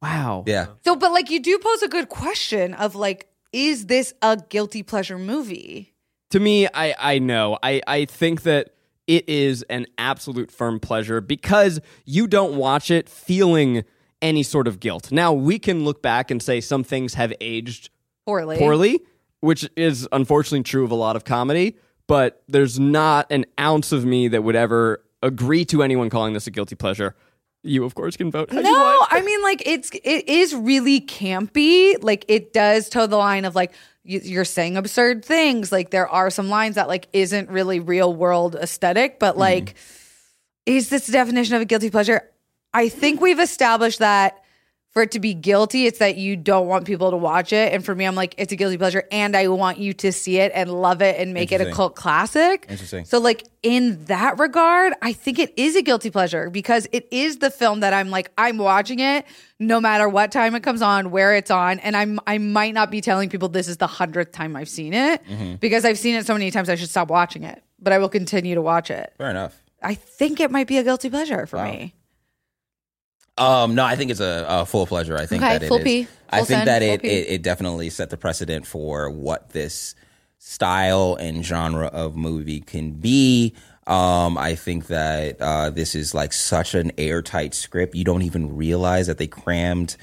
[SPEAKER 3] wow.
[SPEAKER 5] Yeah,
[SPEAKER 4] So, but like you do pose a good question of like, is this a guilty pleasure movie?
[SPEAKER 3] to me i i know i i think that it is an absolute firm pleasure because you don't watch it feeling any sort of guilt now we can look back and say some things have aged
[SPEAKER 4] Poorly.
[SPEAKER 3] poorly which is unfortunately true of a lot of comedy but there's not an ounce of me that would ever agree to anyone calling this a guilty pleasure you of course can vote how you want.
[SPEAKER 4] No, I mean like it's it is really campy. Like it does toe the line of like you- you're saying absurd things. Like there are some lines that like isn't really real world aesthetic,
[SPEAKER 5] Mm-hmm.
[SPEAKER 4] but like is this the definition of a guilty pleasure? I think we've established that for it to be guilty, it's that you don't want people to watch it. And for me, I'm like, it's a guilty pleasure, and I want you to see it and love it and make it a
[SPEAKER 5] Interesting.
[SPEAKER 4] cult classic.
[SPEAKER 5] Interesting.
[SPEAKER 4] So, like in that regard, I think it is a guilty pleasure because it is the film that I'm like, I'm watching it no matter what time it comes on, where it's on, and I'm I might
[SPEAKER 5] Mm-hmm.
[SPEAKER 4] not be telling people this is the hundredth time I've seen it because I've seen it so many times I should stop watching it. but I will continue to watch it.
[SPEAKER 5] Fair enough.
[SPEAKER 4] I think it might be a guilty pleasure for me.
[SPEAKER 5] Um, no, I think it's a, a full pleasure. I think
[SPEAKER 4] Okay,
[SPEAKER 5] that it
[SPEAKER 4] full
[SPEAKER 5] is-
[SPEAKER 4] P,
[SPEAKER 5] I
[SPEAKER 4] full
[SPEAKER 5] think
[SPEAKER 4] send,
[SPEAKER 5] that
[SPEAKER 4] full
[SPEAKER 5] it,
[SPEAKER 4] P.
[SPEAKER 5] it it definitely set the precedent for what this style and genre of movie can be. Um, I think that uh, this is like such an airtight script. You don't even realize that they crammed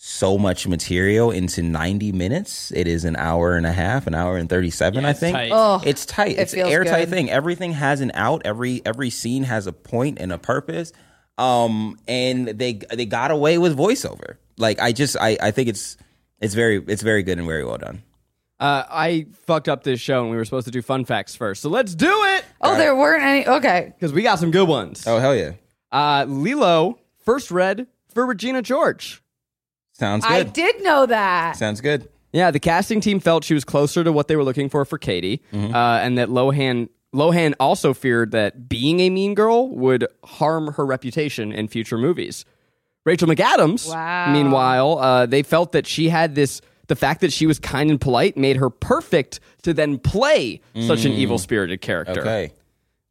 [SPEAKER 5] so much material into 90 minutes. It is an hour and a half, an hour and 37, I think.
[SPEAKER 3] tight.
[SPEAKER 5] it's tight. it's an
[SPEAKER 4] feels
[SPEAKER 5] airtight
[SPEAKER 4] good.
[SPEAKER 5] thing. Everything has an out. Every every scene has a point and a purpose. Um, and they they got away with voiceover. Like I just I, I think it's it's very it's very good and very well done.
[SPEAKER 3] Uh, I fucked up this show and we were supposed to do fun facts first. So let's do it
[SPEAKER 4] Oh, there weren't any. Okay.
[SPEAKER 3] because we got some good ones.
[SPEAKER 5] Oh hell yeah!
[SPEAKER 3] Uh, Lilo first read for Regina George.
[SPEAKER 5] Sounds
[SPEAKER 4] I
[SPEAKER 5] good.
[SPEAKER 4] did know that.
[SPEAKER 5] Sounds good.
[SPEAKER 3] Yeah, the casting team felt she was closer to what they were looking for for Katie, uh, and that Lohan Lohan also feared that being a mean girl would harm her reputation in future movies. Rachel McAdams,
[SPEAKER 4] Wow.
[SPEAKER 3] meanwhile, uh, they felt that she had this. The fact that she was kind and polite made her perfect to then play such an evil spirited character.
[SPEAKER 5] Okay.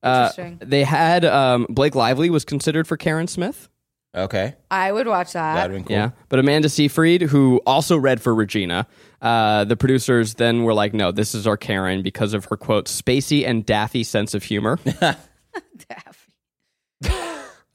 [SPEAKER 3] Uh,
[SPEAKER 4] Interesting.
[SPEAKER 3] they had um, Blake Lively was considered for Karen Smith.
[SPEAKER 5] Okay.
[SPEAKER 4] I would watch that.
[SPEAKER 5] That'd been cool.
[SPEAKER 3] Yeah. But Amanda Seyfried, who also read for Regina, uh, the producers then were like, no, this is our Karen because of her, quote, spacey and daffy sense of humor.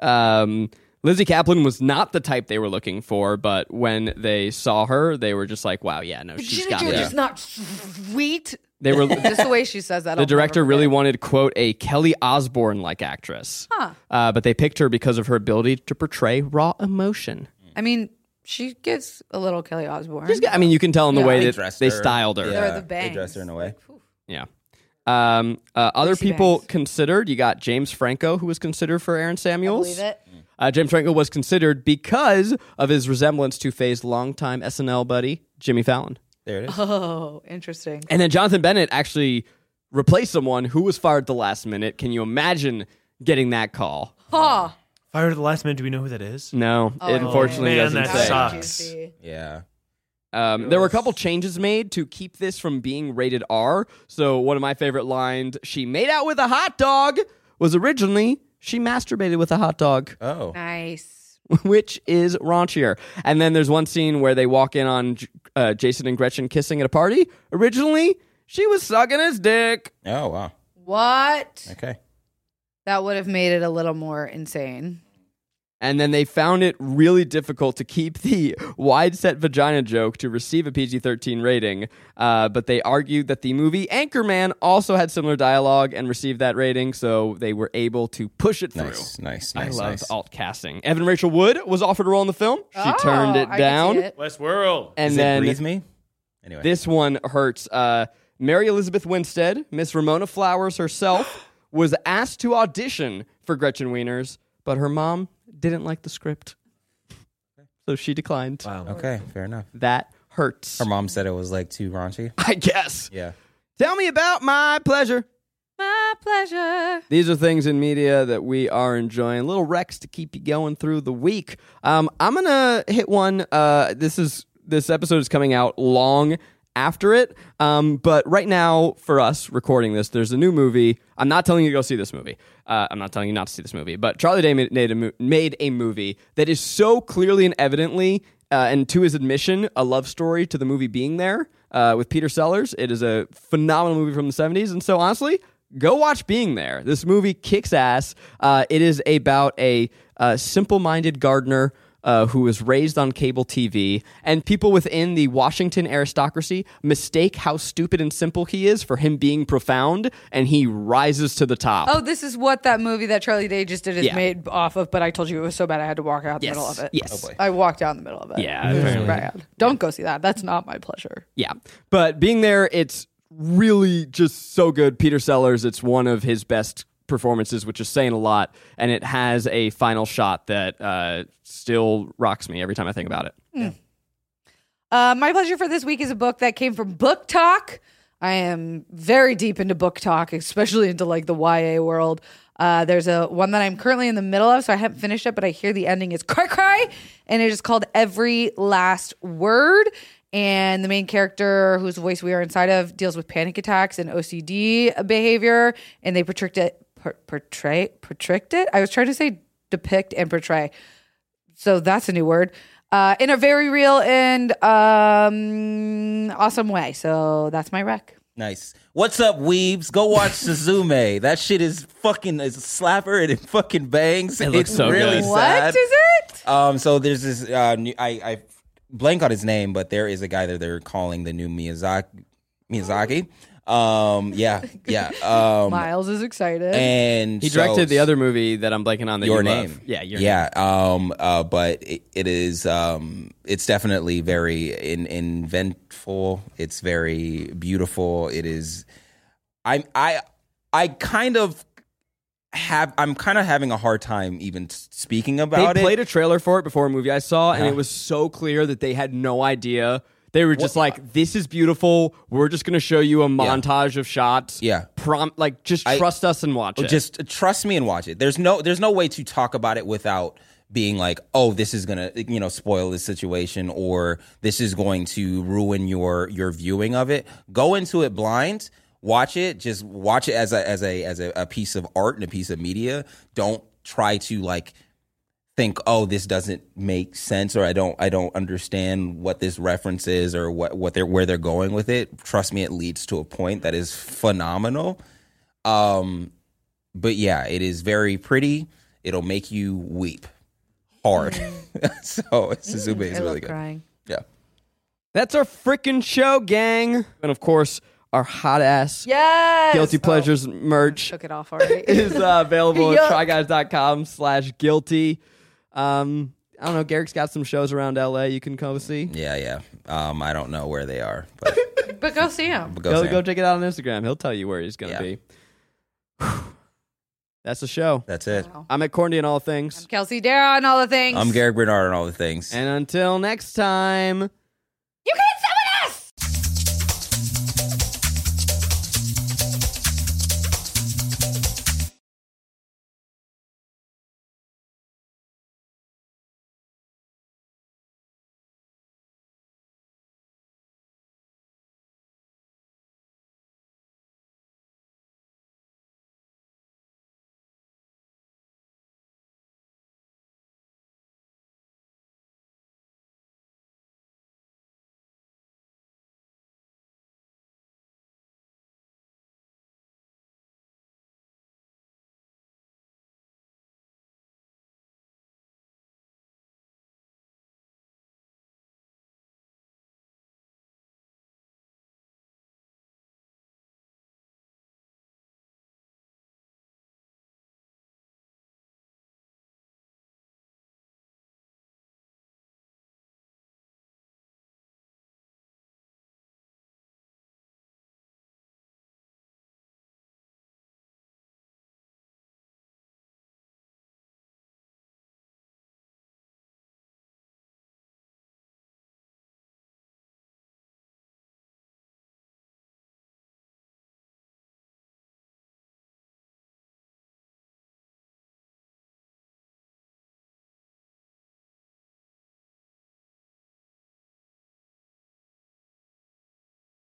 [SPEAKER 3] um, Lizzie Kaplan was not the type they were looking for, but when they saw her, they were just like, wow, yeah, no, she's
[SPEAKER 4] Regina
[SPEAKER 3] got
[SPEAKER 4] George
[SPEAKER 3] it.
[SPEAKER 4] is not sweet.
[SPEAKER 3] They were.
[SPEAKER 4] Just the way she says that.
[SPEAKER 3] The director really wanted, quote, a Kelly Osbourne like actress. Uh, but they picked her because of her ability to portray raw emotion.
[SPEAKER 4] I mean, she gets a little Kelly Osbourne.
[SPEAKER 3] She's got- I mean, you can tell in the way
[SPEAKER 5] They
[SPEAKER 3] that
[SPEAKER 5] dressed
[SPEAKER 3] they
[SPEAKER 5] her.
[SPEAKER 3] styled her.
[SPEAKER 4] There are the
[SPEAKER 5] They
[SPEAKER 4] bangs.
[SPEAKER 5] dressed her in a way.
[SPEAKER 3] Yeah. Um, uh, other
[SPEAKER 4] Lacey
[SPEAKER 3] people
[SPEAKER 4] Bangs.
[SPEAKER 3] considered, you got James Franco, who was considered for Aaron Samuels.
[SPEAKER 4] believe it.
[SPEAKER 3] Uh, James Franco was considered because of his resemblance to Faye's longtime SNL buddy, Jimmy Fallon.
[SPEAKER 5] There it is.
[SPEAKER 4] Oh, interesting.
[SPEAKER 3] And then Jonathan Bennett actually replaced someone who was fired at the last minute. Can you imagine getting that call?
[SPEAKER 4] Huh.
[SPEAKER 6] Fired at the last minute. Do we know who that is?
[SPEAKER 3] No,
[SPEAKER 4] Oh,
[SPEAKER 3] it unfortunately
[SPEAKER 6] man,
[SPEAKER 3] doesn't
[SPEAKER 6] that
[SPEAKER 3] say.
[SPEAKER 6] sucks.
[SPEAKER 4] Juicy.
[SPEAKER 5] Yeah.
[SPEAKER 3] Um, there were a couple changes made to keep this from being rated R. So one of my favorite lines, "She made out with a hot dog," was originally "She masturbated with a hot dog,"
[SPEAKER 5] Oh.
[SPEAKER 4] Nice.
[SPEAKER 3] which is raunchier. And then there's one scene where they walk in on J- uh, Jason and Gretchen kissing at a party. Originally, she was sucking his dick.
[SPEAKER 5] Oh wow.
[SPEAKER 4] What?
[SPEAKER 5] Okay.
[SPEAKER 4] That would have made it a little more insane.
[SPEAKER 3] And then they found it really difficult to keep the wide set vagina joke to receive a PG 13 rating. Uh, but they argued that the movie Anchorman also had similar dialogue and received that rating, so they were able to push it through.
[SPEAKER 5] Nice. Nice.
[SPEAKER 3] I
[SPEAKER 5] Nice.
[SPEAKER 3] love
[SPEAKER 5] nice.
[SPEAKER 3] alt casting. Evan Rachel Wood was offered a role in the film. She
[SPEAKER 4] Oh,
[SPEAKER 3] turned it
[SPEAKER 4] I can see
[SPEAKER 3] down.
[SPEAKER 4] it.
[SPEAKER 6] Westworld.
[SPEAKER 3] And
[SPEAKER 5] Does it
[SPEAKER 3] then
[SPEAKER 5] breathe me? Anyway.
[SPEAKER 3] This one hurts. Uh, Mary Elizabeth Winstead, Miss Ramona Flowers herself, was asked to audition for Gretchen Wieners, but her mom didn't like the script. So she declined.
[SPEAKER 5] okay. Fair enough.
[SPEAKER 3] That hurts.
[SPEAKER 5] Her mom said it was like too raunchy.
[SPEAKER 3] I guess.
[SPEAKER 5] Yeah.
[SPEAKER 3] Tell me about my pleasure.
[SPEAKER 4] My pleasure.
[SPEAKER 3] These are things in media that we are enjoying. Little Rex to keep you going through the week. Um, I'm gonna hit one. Uh, this is this episode is coming out long after it. Um, but right now for us recording this, there's a new movie. I'm not telling you to go see this movie. Uh, I'm not telling you not to see this movie. But Charlie Day made a, mo- made a movie that is so clearly and evidently uh, and to his admission, a love story to the movie being there uh, with Peter Sellers. It is a phenomenal movie from the 70s. And so, honestly, go watch Being There. This movie kicks ass. Uh, it is about a uh, simple minded gardener. Uh, who was raised on cable TV, and people within the Washington aristocracy mistake how stupid and simple he is for him being profound, and he rises to the top.
[SPEAKER 4] Oh, this is what that movie that Charlie Day just did is
[SPEAKER 3] Yeah.
[SPEAKER 4] made off of, but I told you it was so bad I had to walk out in
[SPEAKER 3] yes.
[SPEAKER 4] the middle of it.
[SPEAKER 3] Yes.
[SPEAKER 4] I walked out in the middle of it.
[SPEAKER 3] Yeah,
[SPEAKER 4] It was
[SPEAKER 3] apparently.
[SPEAKER 4] bad. Don't go see that. That's not my pleasure.
[SPEAKER 3] Yeah. But being there, it's really just so good. Peter Sellers, it's one of his best performances, which is saying a lot. And it has a final shot that uh, still rocks me every time I think about it.
[SPEAKER 4] Uh, my pleasure for this week is a book that came from Book Talk. I am very deep into book talk, especially into like the YA world. Uh, there's a one that I'm currently in the middle of, so I haven't finished it, but I hear the ending is cry cry, and it is called Every Last Word. And the main character, whose voice we are inside of, deals with panic attacks and OCD behavior, and they portray it, por- portray, portray it. I was trying to say depict and portray, so that's a new word. Uh, in a very real and um, awesome way. So that's my rec.
[SPEAKER 5] Nice. What's up, weebs? Go watch Suzume. That shit is fucking is a slapper and it fucking bangs. It
[SPEAKER 3] looks
[SPEAKER 5] it's
[SPEAKER 3] so
[SPEAKER 5] really
[SPEAKER 3] good.
[SPEAKER 4] What
[SPEAKER 5] sad.
[SPEAKER 4] is it?
[SPEAKER 5] Um, so there's this. Uh, new, I I blank on his name, but there is a guy that they're calling the new Miyazaki. Miyazaki. Um, yeah, yeah. Um,
[SPEAKER 4] Miles is excited.
[SPEAKER 5] and
[SPEAKER 3] He
[SPEAKER 5] so-
[SPEAKER 3] directed the other movie that I'm blanking on. That
[SPEAKER 5] your
[SPEAKER 3] you love.
[SPEAKER 5] name.
[SPEAKER 3] Yeah, your
[SPEAKER 5] yeah. Um, uh, but it, it is. Um, it's definitely very in, inventful. It's very beautiful. It is. I I I kind of have. I'm kind of having a hard time even speaking
[SPEAKER 3] They
[SPEAKER 5] about it.
[SPEAKER 3] played a trailer for it before a movie I saw, and it was so clear that they had no idea. They were just like, "This is beautiful. We're just going to show you a montage of shots.
[SPEAKER 5] Yeah.
[SPEAKER 3] prom like just
[SPEAKER 5] I-
[SPEAKER 3] trust us and watch it.
[SPEAKER 5] Just uh, trust me and watch it. There's no there's no way to talk about it without being like, oh, this is gonna you know spoil this situation or this is going to ruin your your viewing of it. Go into it blind. Watch it. Just watch it as a as a as a, a piece of art and a piece of media. Don't try to like think oh this doesn't make sense or i don't i don't understand what this reference is or what what they're where they're going with it trust me it leads to a point that is phenomenal um but yeah it is very pretty it'll make you weep hard so suzume is
[SPEAKER 4] Mm. I
[SPEAKER 5] really
[SPEAKER 4] love
[SPEAKER 5] good
[SPEAKER 4] crying.
[SPEAKER 5] yeah
[SPEAKER 3] That's our freaking show, gang. And of course, our hot ass
[SPEAKER 4] Yes.
[SPEAKER 3] guilty
[SPEAKER 4] Oh,
[SPEAKER 3] pleasures merch
[SPEAKER 4] took it off already.
[SPEAKER 3] is uh, available at
[SPEAKER 4] Yuck.
[SPEAKER 3] tryguys.com slash guilty. Um, I don't know. Garrick's got some shows around LA. You can come see.
[SPEAKER 5] yeah yeah um i don't know where they are but
[SPEAKER 4] but go see him.
[SPEAKER 5] go,
[SPEAKER 3] Go
[SPEAKER 5] Sam.
[SPEAKER 3] go check it out on Instagram. He'll tell you where he's going to
[SPEAKER 5] Yeah.
[SPEAKER 3] be. That's the show.
[SPEAKER 5] that's it
[SPEAKER 3] I'm at Corny and all things.
[SPEAKER 4] Kelsey Dara and all the things.
[SPEAKER 5] i'm garrick bernard and all the things
[SPEAKER 3] And until next time.